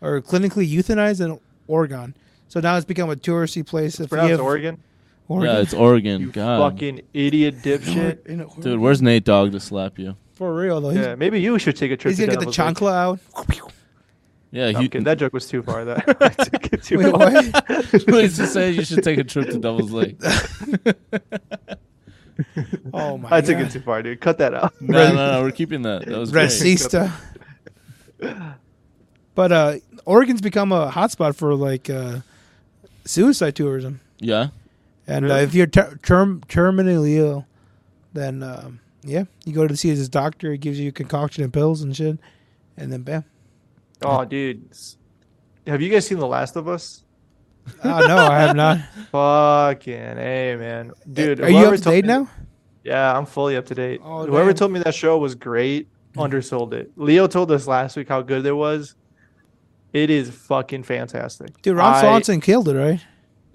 S3: or clinically euthanized in Oregon. So now it's become a touristy place. if you
S1: Pronounced
S3: have-
S1: Oregon.
S3: Oregon.
S4: Yeah, it's Oregon.
S1: You
S4: God,
S1: fucking idiot, dipshit.
S3: In Oregon.
S4: dude, where's Nate Dogg to slap you?
S3: for real though?
S1: Yeah, maybe you should take a trip.
S3: He's, he's gonna
S1: to
S3: get the
S1: Devil's Lake.
S3: chancla out.
S4: Yeah,
S1: No,
S4: he,
S1: I'm kidding. That joke was too far. That I took it too
S3: Wait,
S1: far.
S3: what?
S4: Please just say you should take a trip to Devil's Lake.
S3: Oh my!
S1: I took
S3: God.
S1: it too far, dude. Cut that out.
S4: No, no, no, we're keeping that. That was great.
S3: Resista. but uh, Oregon's become a hotspot for like uh, suicide tourism.
S4: Yeah.
S3: And uh,
S1: Really?
S3: if you're ter- term- terminally ill, then um, yeah, you go to see his doctor. He gives you a concoction of pills and shit, and then bam.
S1: Oh, dude. Have you guys seen The Last of Us?
S3: Oh no, I have not.
S1: Fucking hey, man, dude.
S3: Are you
S1: whoever
S3: up to
S1: told
S3: date
S1: me-
S3: now?
S1: Yeah, I'm fully up to date.
S3: Oh,
S1: whoever
S3: damn. Mm-hmm.
S1: told me that show was great undersold it. Leo told us last week how good it was. It is fucking fantastic,
S3: Dude, Ron
S1: I-
S3: Swanson killed it, right?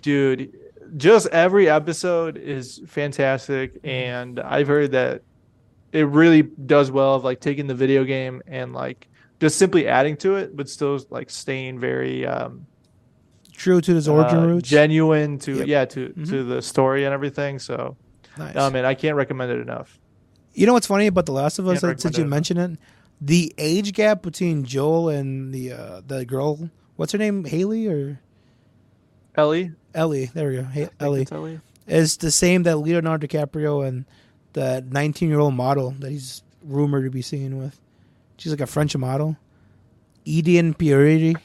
S1: dude. Just every episode is fantastic, and I've heard that it really does well of like taking the video game and like just simply adding to it, but still like staying very um,
S3: True to his origin
S1: uh,
S3: roots.
S1: genuine to
S3: Yep.
S1: yeah to to the story and everything. So,
S3: nice.
S1: oh man, I can't recommend it enough.
S3: you know what's funny about The Last of Us?
S1: Can't
S3: Like, since you
S1: recommend
S3: mentioned it, the age gap between Joel and the uh, the girl, what's her name, Haley or
S1: Ellie,
S3: Ellie? There we go, hey, Ellie
S1: It's Ellie.
S3: is the same that Leonardo DiCaprio and the 19 year old model that he's rumored to be singing with. She's like a French model, Edian Purity.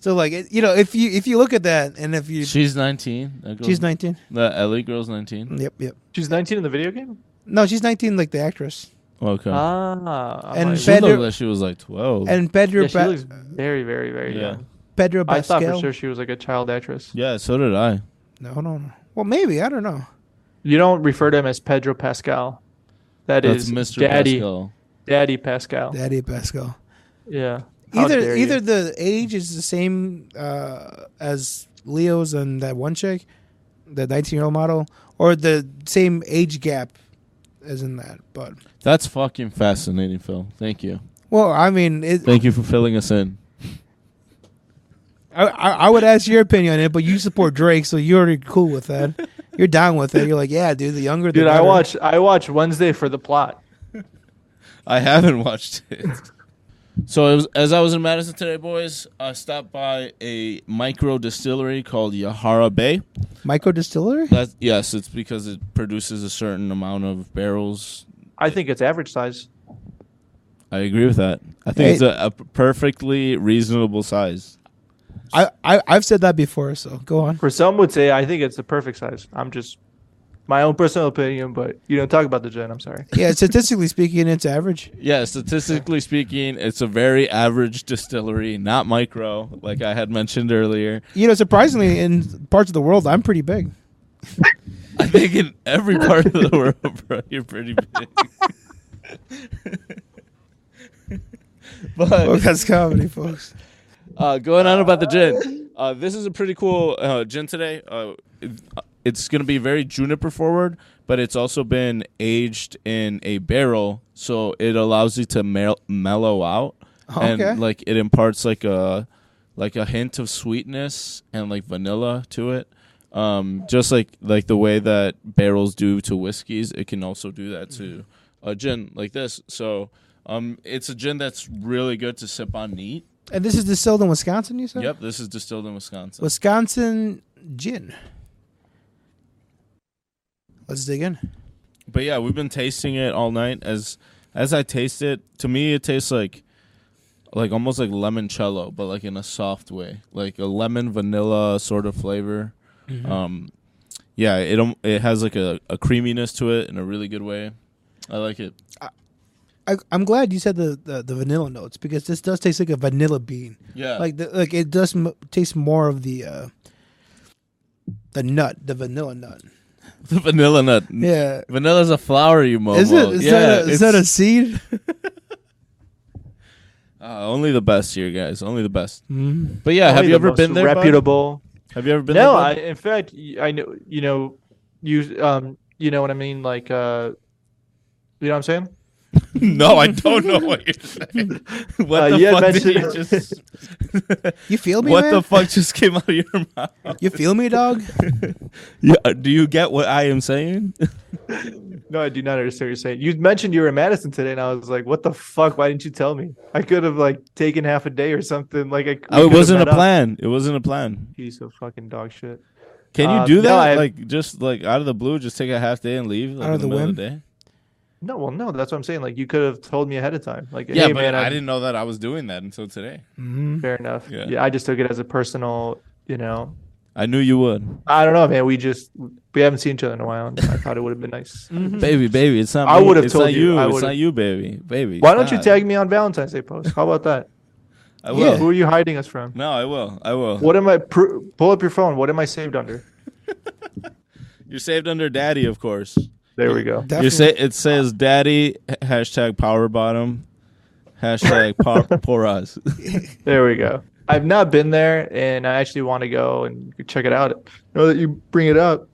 S3: So like it- you know, if you if you look at that and if you
S4: She's 19. That girl's,
S3: she's 19.
S4: The LA girl's 19.
S3: Yep, yep.
S1: She's 19 in the video game.
S3: No, she's 19, like the actress.
S4: Okay.
S1: Ah, I'm
S3: Uh, And
S1: like,
S4: she
S3: Fender-
S4: looked like she was like 12.
S3: And Pedro
S1: yeah, she
S3: Ba-
S1: looks Very, very, very
S4: Yeah.
S1: young.
S3: Pedro
S1: I thought
S3: Pascal.
S1: for sure she was like a child actress.
S4: Yeah, so did I.
S3: No, no, no. Well, maybe I don't know.
S1: You don't refer to him as Pedro Pascal. That
S4: That's
S1: is
S4: Mr.
S1: Daddy,
S4: Pascal.
S1: Daddy Pascal.
S3: Daddy Pascal.
S1: Yeah. How
S3: Either
S1: dare
S3: either
S1: you.
S3: the age is the same uh, as Leo's and that one chick, the 19 year old model, or the same age gap as in that. But
S4: That's fucking fascinating, Phil. Thank you.
S3: well, I mean, it,
S4: Thank you for filling us in.
S3: I, I I would ask your opinion on it, but you support Drake, so you're already cool with that. You're down with it. You're like, yeah, dude. The younger, the
S1: Dude, I
S3: better."
S1: watch I watch Wednesday for the plot.
S4: I haven't watched it. so it was, as I was in Madison today, boys, I stopped by a micro distillery called Yahara Bay.
S3: micro distillery.
S4: That yes, it's because it produces a certain amount of barrels.
S1: I think it's average size.
S4: I agree with that. I think
S3: Hey.
S4: it's a, a perfectly reasonable size.
S3: I, I I've said that before, so go on.
S1: For some would say I think it's the perfect size. I'm just my own personal opinion, but you don't talk about the gin, I'm sorry.
S3: Yeah, statistically speaking, it's average.
S4: Yeah, statistically speaking, it's a very average distillery, not micro, like I had mentioned earlier.
S3: You know, surprisingly, in parts of the world, I'm pretty big.
S4: I think in every part of the world, bro, you're pretty big.
S3: Oh,
S4: but
S3: that's comedy, folks.
S4: uh, going on about the gin, uh, this is a pretty cool uh, gin today. Uh, it- it's going to be very juniper forward, but it's also been aged in a barrel, so it allows you to mel- mellow out,
S3: Okay.
S4: and like it imparts like a like a hint of sweetness and like vanilla to it. Um, just like like the way that barrels do to whiskeys, it can also do that to a gin like this. So um, it's a gin that's really good to sip on neat.
S3: And this is distilled in Wisconsin, you said?
S4: Yep, this is distilled in Wisconsin.
S3: Wisconsin gin. Let's dig in.
S4: But yeah, we've been tasting it all night. As as I taste it, to me it tastes like like almost like limoncello, but like in a soft way, like a lemon vanilla sort of flavor.
S3: Mm-hmm.
S4: Um, yeah, it um, it has like a, a creaminess to it in a really good way. I like it.
S3: I, I'm glad you said the, the, the vanilla notes because this does taste like a vanilla bean.
S4: Yeah,
S3: Like the, like it does m- taste more of the uh, the nut, the vanilla nut.
S4: the vanilla nut.
S3: Yeah.
S4: Vanilla's a flower, you momo.
S3: Is it? Is,
S4: Oh, yeah,
S3: that, a, is that a
S4: it's-
S3: seed?
S4: uh, only the best here, guys. Only the best.
S3: Mm-hmm.
S4: But yeah, Uh, have
S1: Only
S4: you
S1: the
S4: ever
S1: most
S4: been there? bud?
S1: Reputable.
S4: Have you ever been there?
S1: No,
S4: bud?
S1: I, in fact, y- I know you know you um you know what I mean like uh you know what I'm saying?
S4: No, I don't know what you're saying. What
S1: Uh,
S4: the
S1: you had
S4: fuck did you
S1: mentioned-
S4: just?
S3: You feel me,
S4: what
S3: man?
S4: the fuck just came out of your mouth?
S3: you feel me, dog?
S4: Yeah, uh, do you get what I am saying?
S1: No, I do not understand what you're saying. You mentioned you were in Madison today, and I was like, "What the fuck? Why didn't you tell me? I could have like taken half a day or something." Like, I, we
S4: Oh,
S1: could
S4: it
S1: have
S4: wasn't a
S1: met up.
S4: plan. It wasn't a plan.
S1: Piece of fucking dog shit.
S4: Can you
S1: Uh,
S4: do
S1: no,
S4: that?
S1: I-
S4: like just like out of the blue, just take a half day and leave
S3: Out
S4: like, in
S3: of
S4: the,
S3: the
S4: middle
S3: whim?
S4: of the day.
S1: No, well, no, that's what I'm saying. Like, you could have told me ahead of time. Like,
S4: Yeah,
S1: hey,
S4: but
S1: man,
S4: I
S1: I'm-
S4: didn't know that I was doing that until today.
S1: Fair enough.
S4: Yeah.
S1: Yeah. I just took it as a personal. You know,
S4: I knew you would,
S1: I don't know, man. We just we haven't seen each other in a while, and I thought it would have been nice.
S4: baby, baby. It's not.
S1: I
S4: me,
S1: would've
S4: it's
S1: told
S4: not
S1: you. I
S4: It's not
S1: would've-
S4: you, baby, baby.
S1: Why don't you
S4: stop.
S1: tag me on Valentine's Day post? How about that?
S4: I will.
S1: Who are you hiding us from?
S4: No, I will. I will.
S1: What am I? Pr- pull up your phone. What am I saved under?
S4: You're saved under daddy, of course.
S1: There we go.
S4: You
S3: Definitely.
S4: say it says daddy hashtag power bottom hashtag po- poras.
S1: There we go. I've not been there, and I actually want to go and check it out. Now that you bring it up,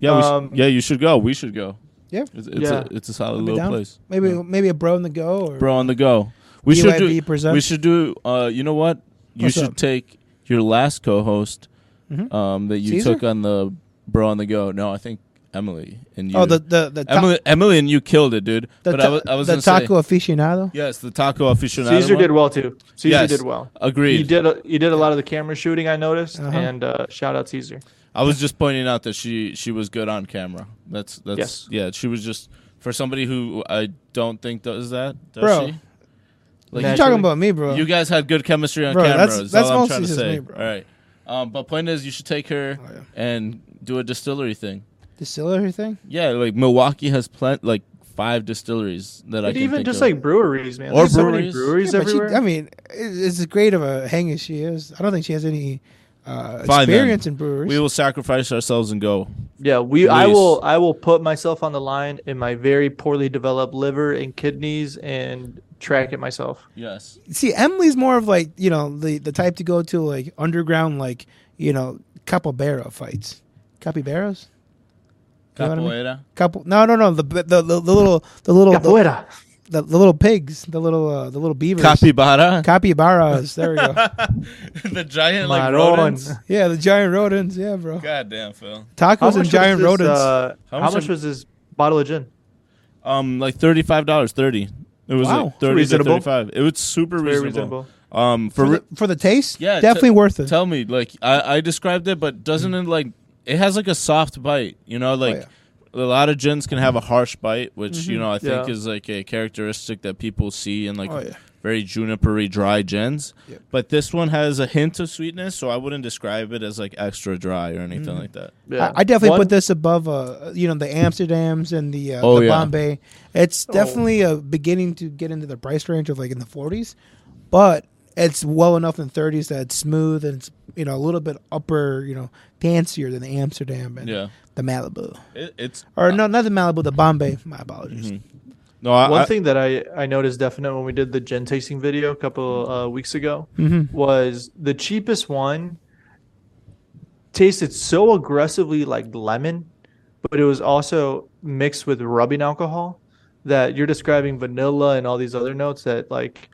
S4: Yeah, we
S1: Um,
S4: sh- yeah, you should go. We should go.
S3: Yeah.
S4: it's, it's
S1: Yeah.
S4: a it's a solid
S3: Be
S4: little
S3: down?
S4: place.
S3: Maybe
S4: Yeah.
S3: maybe a bro in the go or
S4: bro on the go. We should
S3: BYB
S4: do.
S3: presents.
S4: We should do. Uh, you know what? You
S3: What's
S4: should
S3: up?
S4: take your last co-host
S3: Mhm.
S4: um, that you
S3: Caesar?
S4: took on the bro on the go. No, I think Emily and you.
S3: oh the the the, ta-
S4: Emily, Emily and you killed it, dude.
S3: the,
S4: but
S3: ta-
S4: I was, I was
S3: the
S4: gonna say-
S3: taco aficionado.
S4: yes, the taco aficionado.
S1: Caesar
S4: one.
S1: did well too. Caesar
S4: Yes.
S1: did well.
S4: Agreed.
S1: You did. A, you did a lot of the camera shooting. I noticed,
S3: Uh-huh.
S1: and uh, shout out Caesar.
S4: I was just pointing out that she she was good on camera. That's that's
S1: Yes.
S4: yeah. She was just for somebody who I don't think does that. Does
S3: Bro.
S4: she?
S3: You
S1: Naturally.
S3: talking about me, bro?
S4: You guys had good chemistry on
S3: Bro,
S4: camera.
S3: that's-
S4: That's,
S3: that's
S4: all I'm
S3: mostly
S4: trying to
S3: just
S4: say.
S3: me, bro. Oh,
S4: All right. Um, but point is, you should take her
S3: yeah.
S4: and do a distillery thing.
S3: distillery thing.
S4: Yeah, like Milwaukee has plenty, like five distilleries that I
S1: But
S4: can
S1: even
S4: think
S1: just
S4: of.
S1: like breweries, man.
S4: Or
S1: There's
S4: breweries.
S1: So many breweries
S3: Yeah, but she,
S1: everywhere.
S3: I mean, it's as great of a hang as she is. I don't think she has any uh,
S4: Fine, then.
S3: experience in breweries.
S4: we will sacrifice ourselves and go.
S1: yeah, we. I
S4: Luis.
S1: will. I will put myself on the line in my very poorly developed liver and kidneys and track it myself.
S4: Yes.
S3: See, Emily's more of like you know the the type to go to like underground like you know capybara fights, capybaras. You know what I mean?
S4: Capoeira.
S3: Couple, no, no, no. The the, the, the little the little the,
S1: Capoeira.
S3: the, little pigs, the little uh, the little beavers,
S4: Capybara.
S3: capybaras. There we go.
S4: the giant like
S1: Marron.
S4: rodents.
S3: yeah, the giant rodents. Yeah, bro.
S4: God damn, Phil.
S1: How
S3: Tacos
S1: much
S3: and
S1: was
S3: giant
S1: this,
S3: rodents.
S1: uh,
S4: How
S1: how
S4: much
S1: much,
S4: am-
S1: was this bottle of gin?
S4: Um, like thirty five dollars, thirty. It was
S3: Wow.
S4: like thirty
S1: Reasonable.
S4: to thirty five. It was super
S1: Very
S4: reasonable.
S1: reasonable.
S4: Um, for
S3: for,
S4: re-
S3: the, for the taste,
S4: Yeah,
S3: definitely
S4: te-
S3: worth it.
S4: tell me, like I, I described it, but doesn't it like it has like a soft bite? You know,
S1: Oh,
S4: like a lot of gins can have a harsh bite, which you know I think
S1: Mm-hmm. Yeah.
S4: is like a characteristic that people see in like
S3: Oh, yeah.
S4: very junipery dry gins. But this one has a hint of sweetness, so I wouldn't describe it as like extra dry or anything
S1: Mm.
S4: like that.
S1: Yeah.
S3: I, I definitely
S1: One-
S3: put this above, uh, you know, the Amsterdams and the, uh,
S4: Oh,
S3: the
S4: yeah.
S3: Bombay. It's
S1: Oh.
S3: definitely uh, beginning to get into the price range of like in the 40s, but it's well enough in 30s that it's smooth and it's you know a little bit upper, you know, fancier than the Amsterdam and
S4: Yeah.
S3: the Malibu,
S4: It, it's
S3: or no, not the Malibu, the Bombay. My apologies.
S4: Mm-hmm. no I,
S1: One
S4: I-
S1: thing that I, I noticed definite when we did the gin tasting video a couple uh, weeks ago
S3: Mm-hmm.
S1: was the cheapest one tasted so aggressively like lemon, but it was also mixed with rubbing alcohol that you're describing vanilla and all these other notes that like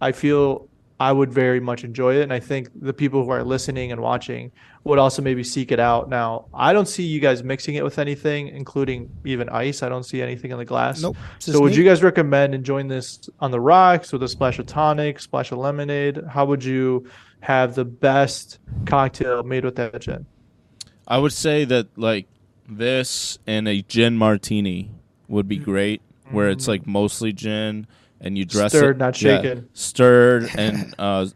S1: I feel I would very much enjoy it. And I think the people who are listening and watching would also maybe seek it out. Now, I don't see you guys mixing it with anything, including even ice. I don't see anything in the glass.
S3: Nope, it's just
S1: So, would
S3: me.
S1: you guys recommend enjoying this on the rocks with a splash of tonic, splash of lemonade? How would you have the best cocktail made with that gin?
S4: I would say that like this and a gin martini would
S1: Mm.
S4: be great, where it's like mostly gin and you dress
S1: Stirred,
S4: it,
S1: not
S4: yeah,
S1: shaken.
S4: stirred and uh,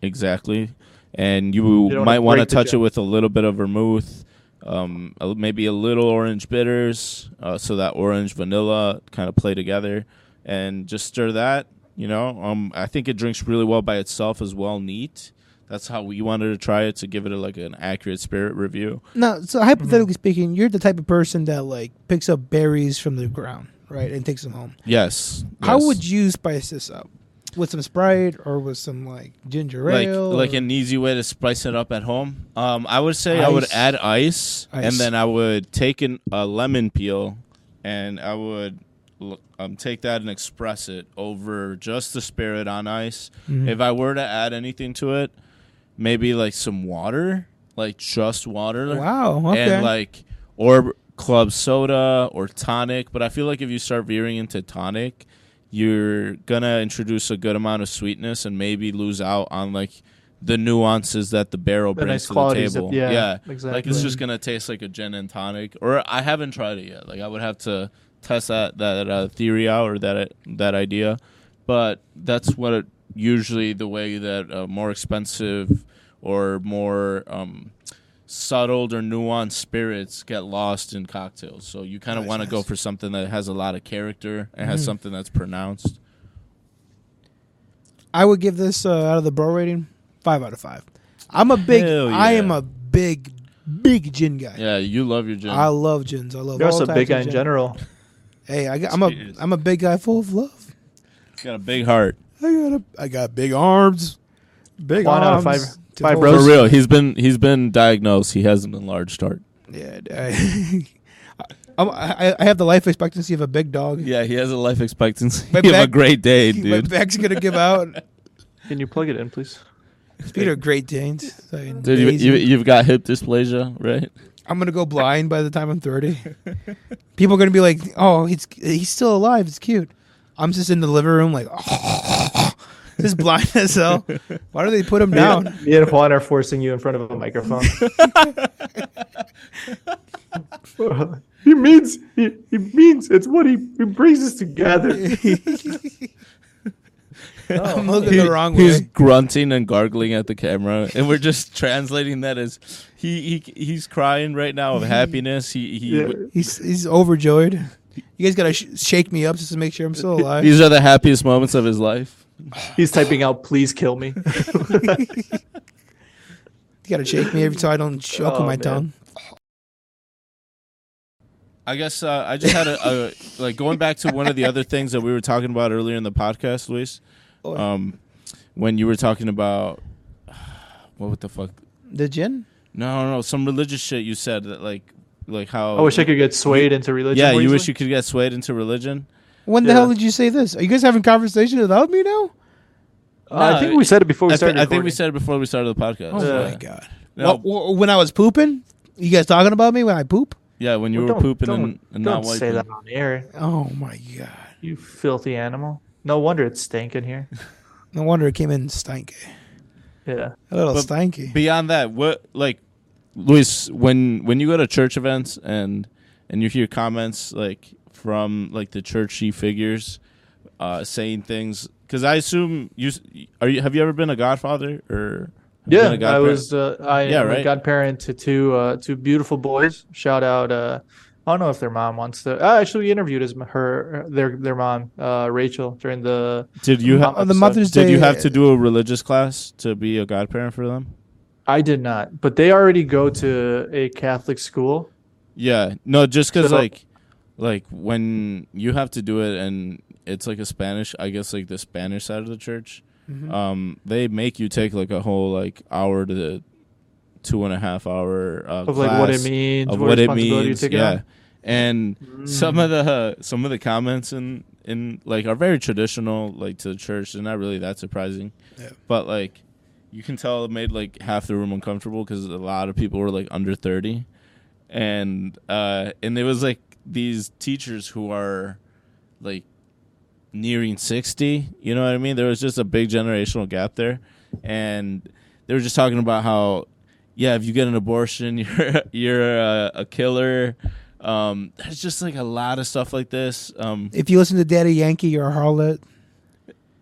S4: exactly, and you,
S1: don't wanna
S4: might want to
S1: break the
S4: touch it
S1: gin.
S4: with a little bit of vermouth, um, a- maybe a little orange bitters, uh, so that orange vanilla kind of play together, and just stir that. You know, um, I think it drinks really well by itself as well, neat. That's how we wanted to try it to give it a, like an accurate spirit review.
S3: Now, so
S4: Mm-hmm.
S3: hypothetically speaking, you're the type of person that like picks up berries from the ground, right, and takes them home.
S4: Yes.
S3: How would you spice this up? With some Sprite or with some like ginger
S4: like
S3: ale?
S4: like
S3: or-
S4: an easy way to spice it up at home? Um, I would say I would
S3: Ice.
S4: add ice, and
S3: Ice.
S4: then I would take an, a lemon peel, and I would l- um, take that and express it over just the spirit on ice.
S3: Mm-hmm.
S4: If I were to add anything to it, maybe like some water, like just water.
S3: Wow, Oh, okay.
S4: And like or club soda or tonic, but I feel like if you start veering into tonic, you're gonna introduce a good amount of sweetness and maybe lose out on like the nuances that the barrel brings
S1: nice
S4: to the
S1: qualities of-
S4: table.
S1: yeah,
S4: Like
S1: exactly.
S4: it's just gonna taste like a gin and tonic. Or I haven't tried it yet. Like I would have to test that that uh, theory out or that that idea. But that's what it, usually the way that uh, more expensive or more um, subtle or nuanced spirits get lost in cocktails. So you kind of want to go for something that has a lot of character and has something that's pronounced.
S3: I would give this uh, out of the bro rating five out of five. I'm a big.
S4: Hell
S3: I
S4: yeah.
S3: am a big, big gin guy.
S4: Yeah, you love your gin.
S3: I love gins. I love.
S1: You're
S3: all
S1: also a
S3: types
S1: big
S3: of
S1: guy in
S3: gin.
S1: general.
S3: Hey, I got, I'm a
S4: Jeez.
S3: I'm a big guy full of love.
S4: Got a big heart.
S3: I got a, I got big arms. Big
S1: One out
S3: arms.
S1: of five-
S3: to
S1: five
S3: hold-
S1: bros.
S4: For real, he's been he's been diagnosed. He hasn't enlarged heart.
S3: Yeah. I, I'm- I, I have the life expectancy of a big dog.
S4: Yeah, he has a life expectancy.
S3: My
S4: Give him a
S3: back-
S4: great day,
S3: My
S4: dude.
S3: back's gonna give out.
S1: Can you plug it in, please?
S3: Speaking of Great Danes, like,
S4: Dude, you,
S3: Daisy.
S4: you, you've got hip dysplasia, right?
S3: I'm gonna go blind by the time I'm 30. People are gonna be like, "Oh, he's he's still alive. It's cute." I'm just in the living room, like, just blind as hell. Why do they put him down?
S1: Me and Juan are forcing you in front of a microphone. he means he, he means it's what he, he brings us together.
S4: Oh,
S3: I'm looking
S4: He-
S3: the wrong
S4: He's
S3: way.
S4: grunting and gargling at the camera, and we're just translating that as he, he he's crying right now of happiness. He he
S1: Yeah.
S3: He's he's overjoyed. You guys gotta sh- shake me up just to make sure I'm still alive.
S4: These are the happiest moments of his life.
S1: He's typing out, please kill me.
S3: You gotta shake me every time I don't choke
S1: Oh,
S3: on my
S1: man.
S3: tongue.
S4: I guess uh, I just had a, a like going back to one of the other things that we were talking about earlier in the podcast, Luis.
S3: Oh.
S4: Um, when you were talking about what the fuck?
S3: The gin?
S4: No, no, some religious shit you said that like like how
S1: I wish I could Oh, get swayed into religion.
S4: yeah,
S1: more
S4: you wish
S1: easily.
S4: you could get swayed into religion.
S3: When the
S1: Yeah.
S3: hell did you say this? Are you guys having conversations without me now?
S1: Uh, I think we said it before we
S4: I, thi-
S1: started.
S4: I think we
S1: recording.
S4: said it before we started the podcast.
S1: Oh,
S4: yeah.
S1: my
S3: god.
S4: No.
S3: when I was pooping? You guys talking about me when I poop?
S4: Yeah, when you
S1: Well,
S4: were
S1: don't-
S4: pooping and,
S1: don't-
S4: and
S1: don't
S4: not wiping.
S1: say that on air.
S3: Oh my god.
S1: You filthy animal. No wonder it's stank in here.
S3: No wonder it came in stanky.
S1: Yeah.
S3: A little
S4: But
S3: stanky.
S4: Beyond that, what like Luis, when when you go to church events and and you hear comments like from like the churchy figures uh, saying things because I assume you s- are you have you ever been a godfather or have you
S1: Yeah,
S4: been a
S1: I
S4: godparent?
S1: was. Uh, I
S4: Yeah,
S1: am
S4: right.
S1: a godparent to two uh, two beautiful boys. Shout out. Uh, I don't know if their mom wants to. I actually interviewed his her their their mom uh, Rachel during the.
S4: did you
S1: Mom
S4: ha-
S3: On the
S1: episode.
S3: Mother's
S4: did
S3: Day
S4: you have to do a religious class to be a godparent for them?
S1: I did not, but they already go to a Catholic school.
S4: Yeah, no, just because
S1: So-
S4: like, like when you have to do it, and it's like a Spanish, I guess like the Spanish side of the church,
S1: Mm-hmm.
S4: um, they make you take like a whole like hour to the two and a half hour uh,
S1: Of, like, what it
S4: class
S1: means,
S4: of
S1: what
S4: what it
S1: responsibility you
S4: means,
S1: take it
S4: yeah.
S1: on. Mm.
S4: And some of the some of the comments in in like are very traditional, like to the church. They're not really that surprising, but like you can tell it made like half the room uncomfortable because a lot of people were like under 30 and uh and there was like these teachers who are like nearing 60 you know what i mean there was just a big generational gap there and they were just talking about how yeah if you get an abortion you're you're a, a killer um there's just like a lot of stuff like this um
S3: If you listen to Daddy Yankee, you're a harlot.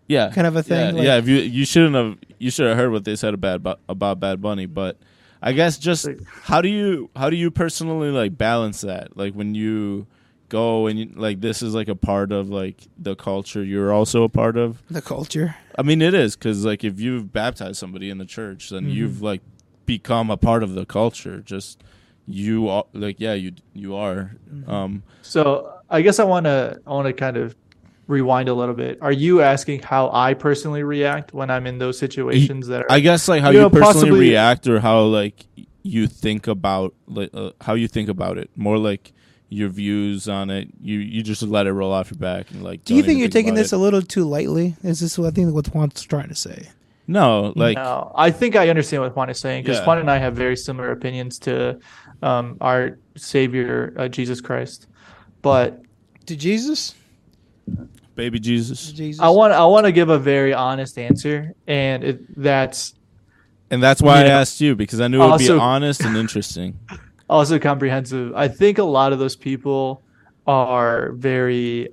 S4: yeah,
S3: kind of a thing,
S4: Yeah,
S3: like-
S4: yeah, if you you shouldn't have you should have heard what they said about Bu- about Bad Bunny, but I guess just how do you how do you personally like balance that? Like when you go and you, like this is like a part of like the culture you're also a part of.
S3: The culture.
S4: I mean, it is because like if you've baptized somebody in the church, then
S3: Mm-hmm.
S4: you've like become a part of the culture. Just you are like yeah you you are.
S3: Mm-hmm.
S4: Um,
S1: So I guess I want to I want to kind of rewind a little bit. Are you asking how I personally react when I'm in those situations that are
S4: I guess like how
S1: You
S4: you,
S1: know,
S4: personally
S1: possibly-
S4: react or how like you think about like uh, how you think about it more like your views on it you you just let it roll off your back and like
S3: Do you
S4: don't
S3: think
S4: even
S3: you're taking
S4: about
S3: this a
S4: it.
S3: little too lightly? Is this what I think what Juan's trying to say?
S4: no like
S1: No, I think I understand what Juan is saying because
S4: Yeah.
S1: Juan and I have very similar opinions to um, our Savior uh, Jesus Christ. But
S3: To Jesus?
S4: baby Jesus
S3: Jesus.
S1: I want I want to give a very honest answer, and it, that's
S4: and that's why I
S1: Yeah.
S4: asked you because I knew it would be
S1: Also-
S4: honest and interesting
S1: also comprehensive. I think a lot of those people are very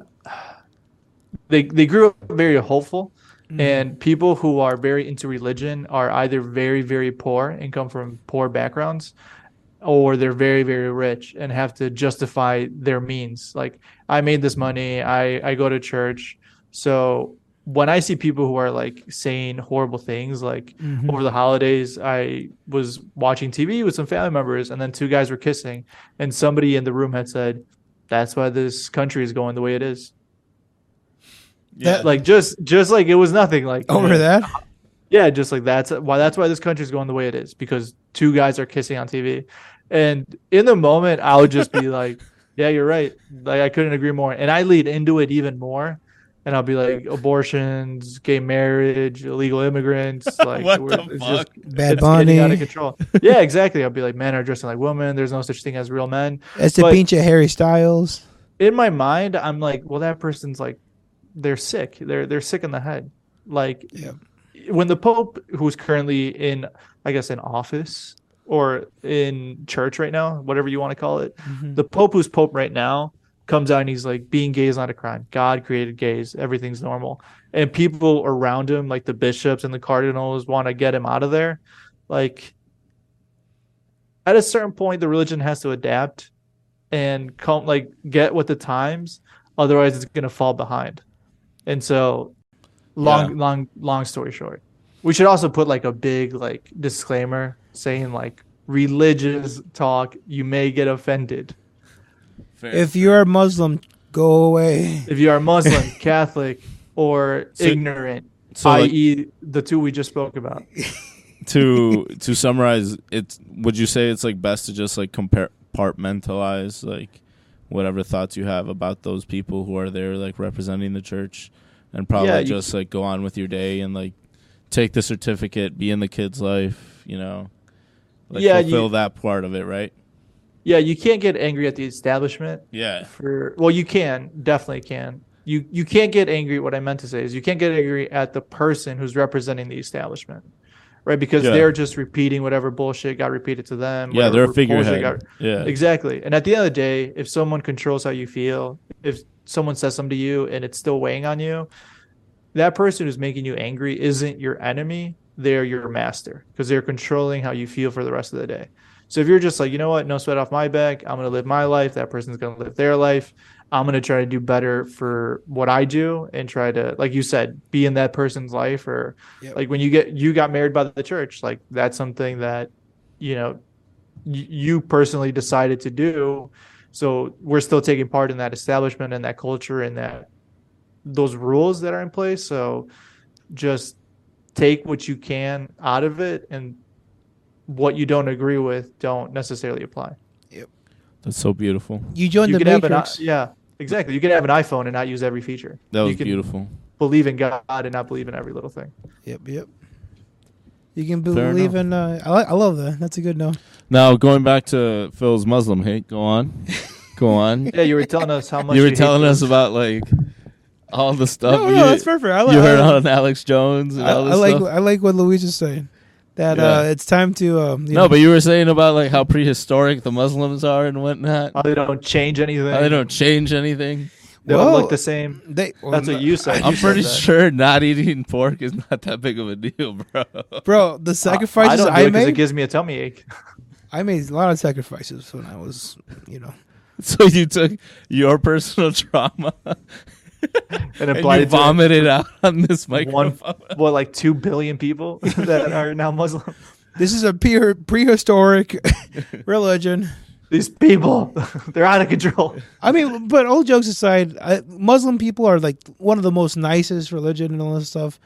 S1: they they grew up very hopeful and people who are very into religion are either very very poor and come from poor backgrounds or they're very very rich and have to justify their means like i made this money i i go to church so when i see people who are like saying horrible things like
S3: Mm-hmm.
S1: over the holidays i was watching tv with some family members and then two guys were kissing and somebody in the room had said that's why this country is going the way it is
S4: yeah
S1: like just just like it was nothing like
S3: Over that?
S1: yeah, just like that's why that's why this country's going the way it is because two guys are kissing on TV, and in the moment I would just be like, yeah, you're right. Like I couldn't agree more, and I lead into it even more, and I'll be like abortions, gay marriage, illegal immigrants, like
S4: What
S1: we're-
S4: the
S1: it's
S4: fuck?
S1: just
S3: Bad
S1: it's getting out of
S3: Bunny.
S1: control. yeah, exactly. I'll be like, men are dressing like women. There's no such thing as real men.
S3: It's the
S1: But-
S3: pinche Harry Styles.
S1: In my mind, I'm like, well, that person's like, they're sick. They're they're sick in the head. Like
S3: Yeah.
S1: when the Pope, who's currently in, I guess, in office or in church right now, whatever you want to call it,
S3: Mm-hmm.
S1: the Pope, who's Pope right now, comes out and he's like, being gay is not a crime. God created gays. Everything's normal. And people around him, like the bishops and the cardinals, want to get him out of there. Like, at a certain point, the religion has to adapt and come like get with the times. Otherwise, it's gonna fall behind. And so, long,
S4: Yeah.
S1: long, long story short, we should also put like a big like disclaimer saying like religious talk. You may get offended
S4: Fair.
S3: If you are Muslim, go away.
S1: if you are Muslim, Catholic, or
S4: So-
S1: ignorant,
S4: so, like-
S1: i.e., the two we just spoke about.
S4: to to summarize, it's would you say it's like best to just like compartmentalize like whatever thoughts you have about those people who are there like representing the church, and probably
S1: Yeah, you-
S4: just like go on with your day and like take the certificate, be in the kid's life, you know, like
S1: Yeah, you-
S4: fulfill that part of it, right?
S1: Yeah, you can't get angry at the establishment
S4: Yeah,
S1: for. Well, you can definitely can. You you can't get angry. What I meant to say is you can't get angry at the person who's representing the establishment, right? Because
S4: Yeah.
S1: they're just repeating whatever bullshit got repeated to them.
S4: yeah,
S1: whatever
S4: they're a
S1: bullshit
S4: figurehead.
S1: got-
S4: yeah,
S1: Exactly. And at the end of the day, if someone controls how you feel, if someone says something to you and it's still weighing on you, that person who's making you angry isn't your enemy. They're your master because they're controlling how you feel for the rest of the day. So if you're just like, you know what, no sweat off my back, I'm going to live my life. That person's going to live their life. I'm going to try to do better for what I do and try to, like you said, be in that person's life. Or
S3: Yep.
S1: like when you get, you got married by the church, like that's something that, you know, y- you personally decided to do. So we're still taking part in that establishment and that culture and that those rules that are in place. So just take what you can out of it and what you don't agree with don't necessarily apply.
S4: that's so beautiful.
S3: You joined
S1: You
S3: the
S1: can have an i-
S3: Matrix.
S1: yeah, exactly. You can have an iPhone and not use every feature.
S4: That was
S1: you can
S4: beautiful.
S1: believe in God and not believe in every little thing.
S3: Yep, yep. You can
S4: Fair
S3: believe in. Uh, I, li- I love that. That's a good note.
S4: Now going back to Phil's Muslim hate, go on, go on.
S1: Yeah, you were telling us how much
S4: you were
S1: hate
S4: telling
S1: the-
S4: us about like all the stuff.
S3: no,
S4: you,
S3: no, that's perfect. I, li-
S4: you heard
S3: I,
S4: on Alex Jones and
S3: I,
S4: all
S3: I
S4: this
S3: like
S4: stuff.
S3: I like what Luis is saying. That uh,
S4: Yeah.
S3: it's time to um, you
S4: No,
S3: know,
S4: but you were saying about like how prehistoric the Muslims are and whatnot.
S1: how they don't change anything.
S4: How they don't change anything.
S1: They don't
S3: Well,
S1: look the same.
S3: they, um, well,
S1: That's what you said.
S4: I'm
S1: You said
S4: pretty
S1: that.
S4: sure not eating pork is not that big of a deal, bro.
S3: bro. The sacrifices
S1: I,
S3: I,
S1: don't do it 'cause
S3: made,
S1: it gives me a tummy ache.
S3: I made a lot of sacrifices when I was, you know,
S4: So you took your personal trauma
S1: and
S4: and
S1: applied
S4: you
S1: it to
S4: vomited out on this microphone.
S1: one what like two billion people that are now Muslim.
S3: this is a pure prehistoric religion.
S1: These people, they're out of control.
S3: I mean, but all jokes aside, I, Muslim people are like one of the most nicest religion and all this stuff.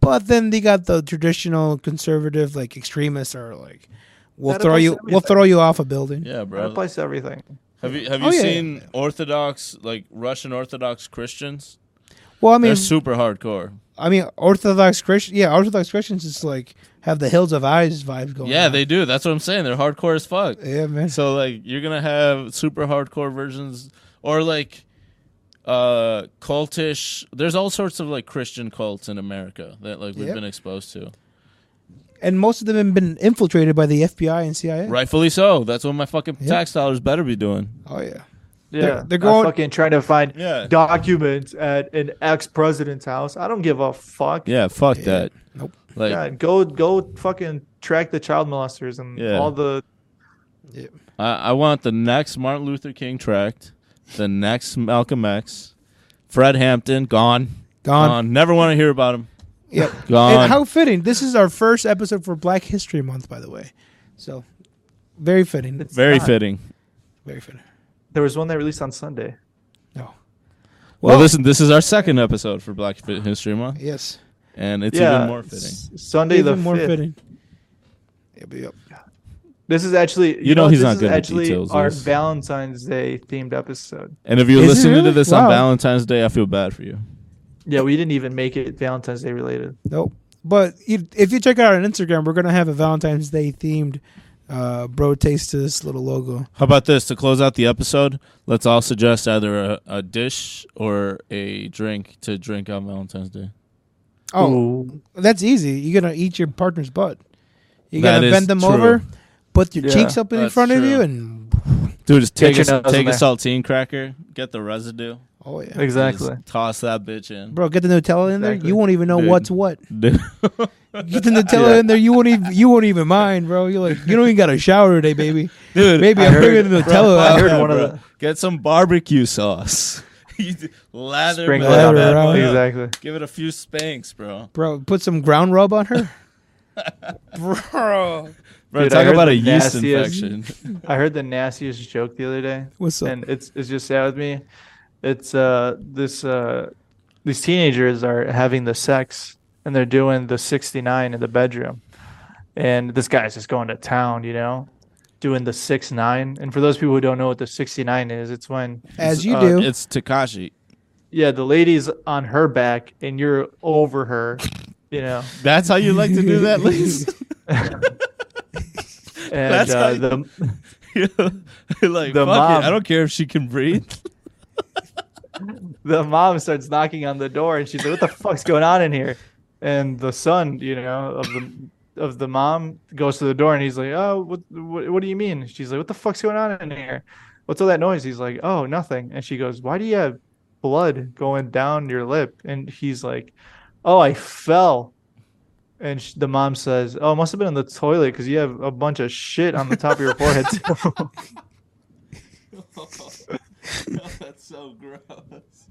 S3: But then they got the traditional conservative, like extremists, are like, we'll
S1: That
S3: throw
S1: applies
S3: you,
S1: to
S3: we'll throw you off a building.
S4: Yeah,
S1: That
S4: bro.
S1: applies to everything.
S4: Have you have you
S3: Oh, yeah,
S4: seen Orthodox like Russian Orthodox Christians?
S3: Well, I mean,
S4: They're super hardcore.
S3: I mean, Orthodox Christian, yeah, Orthodox Christians is like have the hills of eyes vibe going.
S4: Yeah,
S3: on.
S4: they do. That's what I'm saying. They're hardcore as fuck.
S3: yeah, man.
S4: So like you're gonna have super hardcore versions or like uh cultish there's all sorts of like Christian cults in America that like we've
S3: Yep.
S4: been exposed to.
S3: and most of them have been infiltrated by the FBI and CIA.
S4: Rightfully so. That's what my fucking
S3: Yeah.
S4: tax dollars better be doing.
S3: Oh yeah.
S1: Yeah,
S3: They're- they're
S1: I'm
S3: going-
S1: fucking trying to find
S4: Yeah.
S1: documents at an ex president's house. I don't give a fuck.
S4: Yeah, fuck that.
S3: Nope.
S4: Like
S1: Yeah, go go fucking track the child molesters and
S4: Yeah.
S1: all the
S4: I, I want the next Martin Luther King tract, the next Malcolm X, Fred Hampton, gone.
S3: Gone.
S4: Never want to hear about him.
S3: Yep.
S4: Gone.
S3: And how fitting. This is our first episode for Black History Month, by the way. So very fitting.
S1: it's
S4: Very
S1: not.
S4: fitting.
S3: Very fitting.
S1: There was one that released on Sunday.
S3: No.
S4: Well, listen, this is our second episode for Black Fit History Month,
S3: Yes.
S4: and it's
S1: yeah,
S4: even more fitting.
S1: s- Sunday the
S3: Even more
S1: 5th.
S3: fitting. Yep, yep.
S1: This is actually you,
S4: know
S1: what?
S4: he's
S1: This
S4: not
S1: is
S4: good with
S1: actually
S4: details,
S1: Our
S4: Luis.
S1: Valentine's Day themed episode.
S4: And if you're
S3: Is it
S4: listening
S3: really?
S4: to this
S3: Wow.
S4: on Valentine's Day, I feel bad for you.
S1: Yeah, we didn't even make it Valentine's Day related.
S3: Nope. But you, if you check out on Instagram, we're gonna have a Valentine's Day themed uh, bro taste to this little logo.
S4: How about this? To close out the episode, let's all suggest either a, a dish or a drink to drink on Valentine's Day.
S3: Oh, that's easy. You're gonna eat your partner's butt. You're
S4: That
S3: gonna
S4: is
S3: bend them
S4: true.
S3: over, put your
S1: Yeah,
S3: cheeks up in
S4: that's
S3: front of
S4: true.
S3: you, and
S4: Dude, just
S1: Get
S4: take a,
S1: your nose in
S4: take a
S1: there.
S4: saltine cracker, get the residue.
S3: Oh yeah,
S1: Exactly.
S4: Just toss that bitch in.
S3: bro, get the Nutella in there.
S1: Exactly.
S3: You won't even know
S4: Dude.
S3: what's what.
S4: Dude.
S3: Get the Nutella
S1: Yeah.
S3: in there. You won't even you won't even mind, bro. You're like you don't even got a shower today, baby.
S4: Dude,
S3: Baby,
S4: I
S3: I'm
S4: heard-
S3: bringing the Nutella.
S1: I
S3: out.
S1: heard one of
S4: bro.
S1: the-
S4: Get some barbecue sauce. You d- lather
S1: Sprinkle
S4: that
S3: it on
S4: bad
S3: that.
S4: boy up.
S1: Exactly.
S4: Give it a few spanks, bro.
S3: bro. Put some ground rub on her, bro.
S4: Bro,
S1: Dude, I
S4: talk
S1: heard
S4: about a
S1: the
S4: yeast
S1: nastiest-
S4: infection.
S1: I heard the nastiest joke the other day,
S3: What's up?
S1: and it's it's just sad with me. It's uh this uh these teenagers are having the sex and they're doing the 69 in the bedroom, and this guy's just going to town, you know, doing the six nine. And for those people who don't know what the 69 is, it's when
S3: As you
S1: uh,
S3: do.
S4: it's Takashi.
S1: yeah the lady's on her back and you're over her, you know.
S4: That's how you like to do that, Liz?
S1: And
S4: That's how
S1: uh,
S4: you-
S1: the
S4: like, fuck
S1: The
S4: it.
S1: mom.
S4: I don't care if she can breathe.
S1: the mom starts knocking on the door and she's like, "What the fuck's going on in here?" And the son, you know, of the of the mom goes to the door and he's like, "Oh, what what, what do you mean?" She's like, "What the fuck's going on in here? What's all that noise?" He's like, "Oh, nothing." And she goes, "Why do you have blood going down your lip?" And he's like, "Oh, I fell." And sh- the mom says, "Oh, it must have been in the toilet because you have a bunch of shit on the top of your forehead." too."
S4: That's so gross.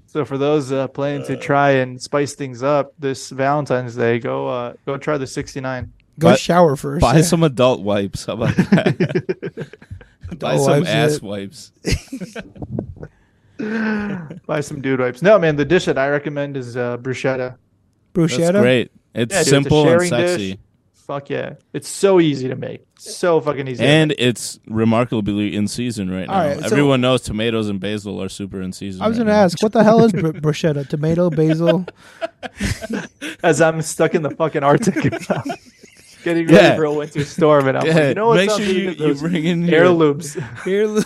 S1: So for those uh, planning to try and spice things up this Valentine's Day, go uh, go try the 69.
S3: Go
S4: Buy-
S3: shower first.
S4: Buy
S3: yeah.
S4: some adult wipes. How about that? Buy
S3: Adult
S4: some
S3: wipes,
S4: ass
S3: yeah.
S4: wipes.
S1: Buy some dude wipes. No man, the dish that I recommend is uh, bruschetta.
S4: That's
S3: bruschetta.
S4: great. It's
S1: Yeah, dude, it's a
S4: simple and
S1: sharing
S4: sexy.
S1: dish. Fuck yeah, it's so easy to make. So fucking easy. to
S4: And it's remarkably in season right now.
S3: All right, so-
S4: Everyone knows tomatoes and basil are super in season.
S3: I was
S4: right
S3: gonna
S4: now.
S3: ask, what the hell is br- bruschetta? Tomato, basil.
S1: make. as I'm stuck in the fucking Arctic, getting ready
S4: Yeah.
S1: for a winter storm, and I'm
S4: Yeah,
S1: like, you know what?
S4: make sure you, you bring in your,
S1: heirlooms.
S3: Here,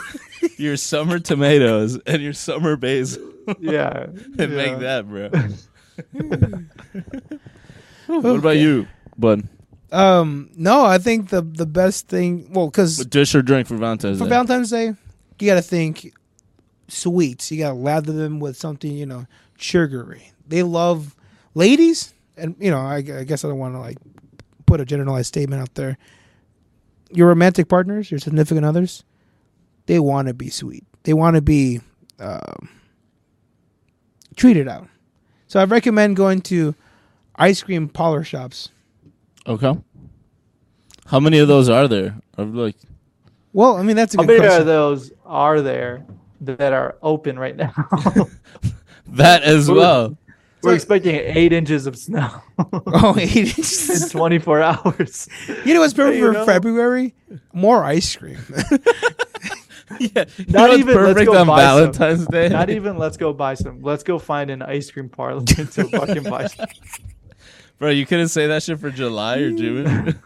S4: your summer tomatoes and your summer basil
S1: yeah,
S4: and
S1: yeah.
S4: make that, bro. What about you, bud?
S3: Um, no, I think the the best thing, well, because
S4: Dish or drink for Valentine's
S3: for
S4: Day?
S3: Valentine's Day, you got to think sweets. You got to lather them with something, you know, sugary. They love ladies, and you know, I, I guess I don't want to like put a generalized statement out there. Your romantic partners, your significant others, they want to be sweet. They want to be um, treated out. So I recommend going to ice cream parlor shops.
S4: okay. How many of those are there? Of like,
S3: Well, I mean that's a
S1: How
S3: good
S1: many
S3: question.
S1: of those are there that are open right now?
S4: that as well.
S1: We're expecting eight inches of snow.
S3: oh, eight inches.
S1: in 24 hours.
S3: You know what's perfect
S1: you
S3: for
S1: know-
S3: February? More ice cream.
S4: yeah, you
S1: Not
S4: know what's
S1: even- let's
S4: perfect
S1: go
S4: on
S1: buy some.
S4: Valentine's Day.
S1: Not even let's go buy some. Let's go find an ice cream parlor to fucking buy some.
S4: bro. You couldn't say that shit for July or June.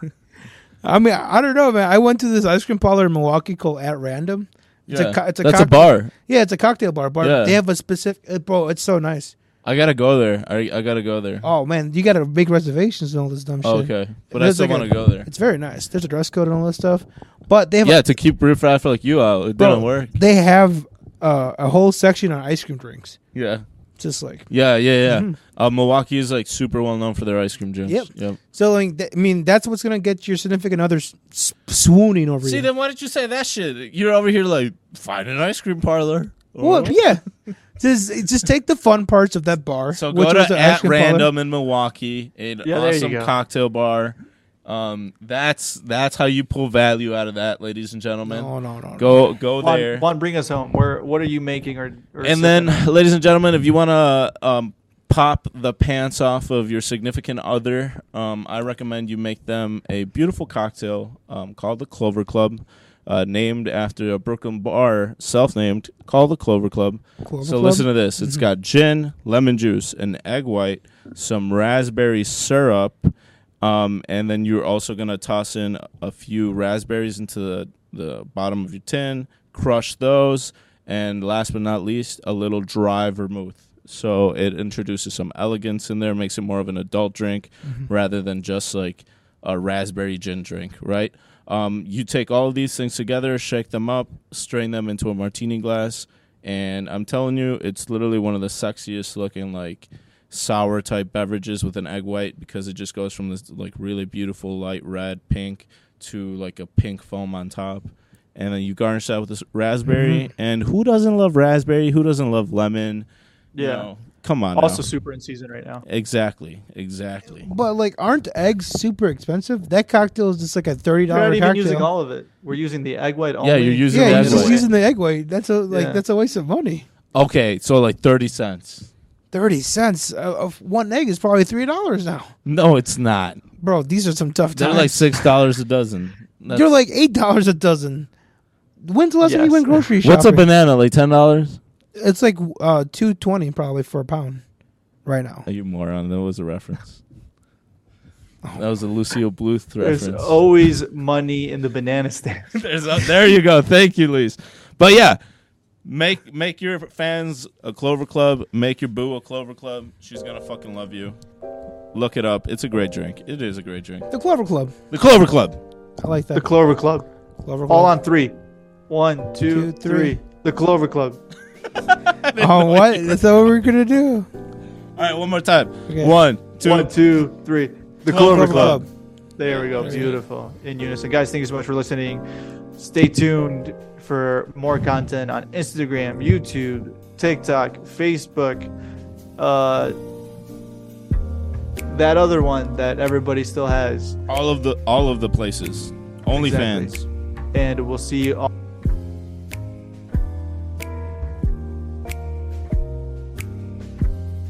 S3: I mean, I don't know, man. I went to this ice cream parlor in Milwaukee called At Random. It's
S4: Yeah.
S3: a co- it's a
S4: that's a
S3: cocktail-
S4: bar.
S3: Yeah, it's a cocktail bar. Bar.
S4: Yeah.
S3: They have a specific. Uh, bro, it's so nice.
S4: I gotta go there. I, I gotta go there.
S3: Oh man, you got to make reservations and all this dumb shit.
S4: Oh, okay, but I
S3: There's
S4: still
S3: like a-
S4: want to go there.
S3: It's very nice. There's a dress code and all this stuff, but they have
S4: Yeah, to keep riff raff like you out, it
S3: Bro.
S4: didn't work.
S3: they have uh, a whole section on ice cream drinks.
S4: Yeah,
S3: Just like
S4: yeah, yeah, yeah. Uh, Milwaukee is like super well known for their ice cream gyms.
S3: Mm-hmm. Yep.
S4: yep.
S3: so, like, th- I mean, that's what's gonna get your significant other s- s- swooning over
S4: See,
S3: you.
S4: then why didn't you say that shit? You're over here like find an ice cream parlor.
S3: Well, yeah. Just, just take the fun parts of that bar.
S4: So
S3: which
S4: go
S3: was
S4: to
S3: an ice
S4: at
S3: cream parlor.
S4: random in Milwaukee, an
S1: Yeah, there you
S4: awesome
S1: go.
S4: cocktail bar. Um, that's that's how you pull value out of that, ladies and gentlemen.
S3: No, no, no. no.
S4: Go go there.
S1: Juan, Juan, bring us home. Where? What are you making? Or, or
S4: and then, ladies and gentlemen, if you want to um, pop the pants off of your significant other, um, I recommend you make them a beautiful cocktail um, called the Clover Club, uh, named after a Brooklyn bar, self named, called the Clover Club.
S3: Clover
S4: so,
S3: Club?
S4: listen to this It's got gin, lemon juice, an egg white, some raspberry syrup. Um, and then you're also gonna toss in a few raspberries into the, the bottom of your tin, crush those, and last but not least, a little dry vermouth. So it introduces some elegance in there, makes it more of an adult drink rather than just like a raspberry gin drink, right? Um, you take all of these things together, shake them up, strain them into a martini glass, and I'm telling you, it's literally one of the sexiest looking like sour type beverages with an egg white because it just goes from this like really beautiful light red pink to like a pink foam on top. And then you garnish that with this raspberry.
S3: Mm-hmm.
S4: And who doesn't love raspberry? Who doesn't love lemon? You
S1: Yeah.
S4: know, come on.
S1: Also
S4: now.
S1: super in season right now.
S4: exactly, exactly.
S3: But like, aren't eggs super expensive? That cocktail is just like a thirty
S1: We're not
S3: dollar
S1: even
S3: cocktail.
S1: using all of it. We're using the egg white only.
S4: Yeah, you're using
S3: yeah,
S4: the
S3: you're
S4: egg
S3: just
S4: white.
S3: using the egg white. That's a like
S1: Yeah.
S3: that's a waste of money.
S4: Okay, so like thirty cents.
S3: Thirty cents of- of one egg is probably three dollars now,
S4: No, it's not.
S3: bro. These are some tough
S4: They're
S3: times.
S4: like six dollars a dozen. That's-
S3: They're like eight dollars a dozen. When's the last time you
S1: Yes.
S3: went grocery shopping?
S4: what's a banana? Like ten dollars?
S3: It's like uh, two twenty probably for a pound, right now.
S4: Are you moron? That was a reference. That was a Lucille Bluth
S1: There's
S4: reference.
S1: always money in the banana stand.
S4: There's a- there you go. Thank you, Lise. But yeah, make make your fans a Clover Club. Make your boo a Clover Club. She's gonna fucking love you. Look it up. It's a great drink. It is a great drink.
S3: The Clover Club.
S4: The Clover Club.
S3: I like that.
S1: the Clover Club.
S3: Clover Club.
S1: All on three. One,
S3: Two,
S1: two, three.
S3: three.
S1: The Clover Club.
S3: Oh, what? That's what we're gonna do.
S4: All right, one more time.
S3: Okay.
S4: One, two.
S1: One, two, three. The Clover,
S4: Clover
S1: Club.
S4: Club.
S1: There we go. Beautiful. In unison. Guys, thank you so much for listening. Stay tuned for more content on Instagram, YouTube, TikTok, Facebook. Uh, that other one that everybody still has.
S4: All of the all of the places. OnlyFans.
S1: And we'll see you all.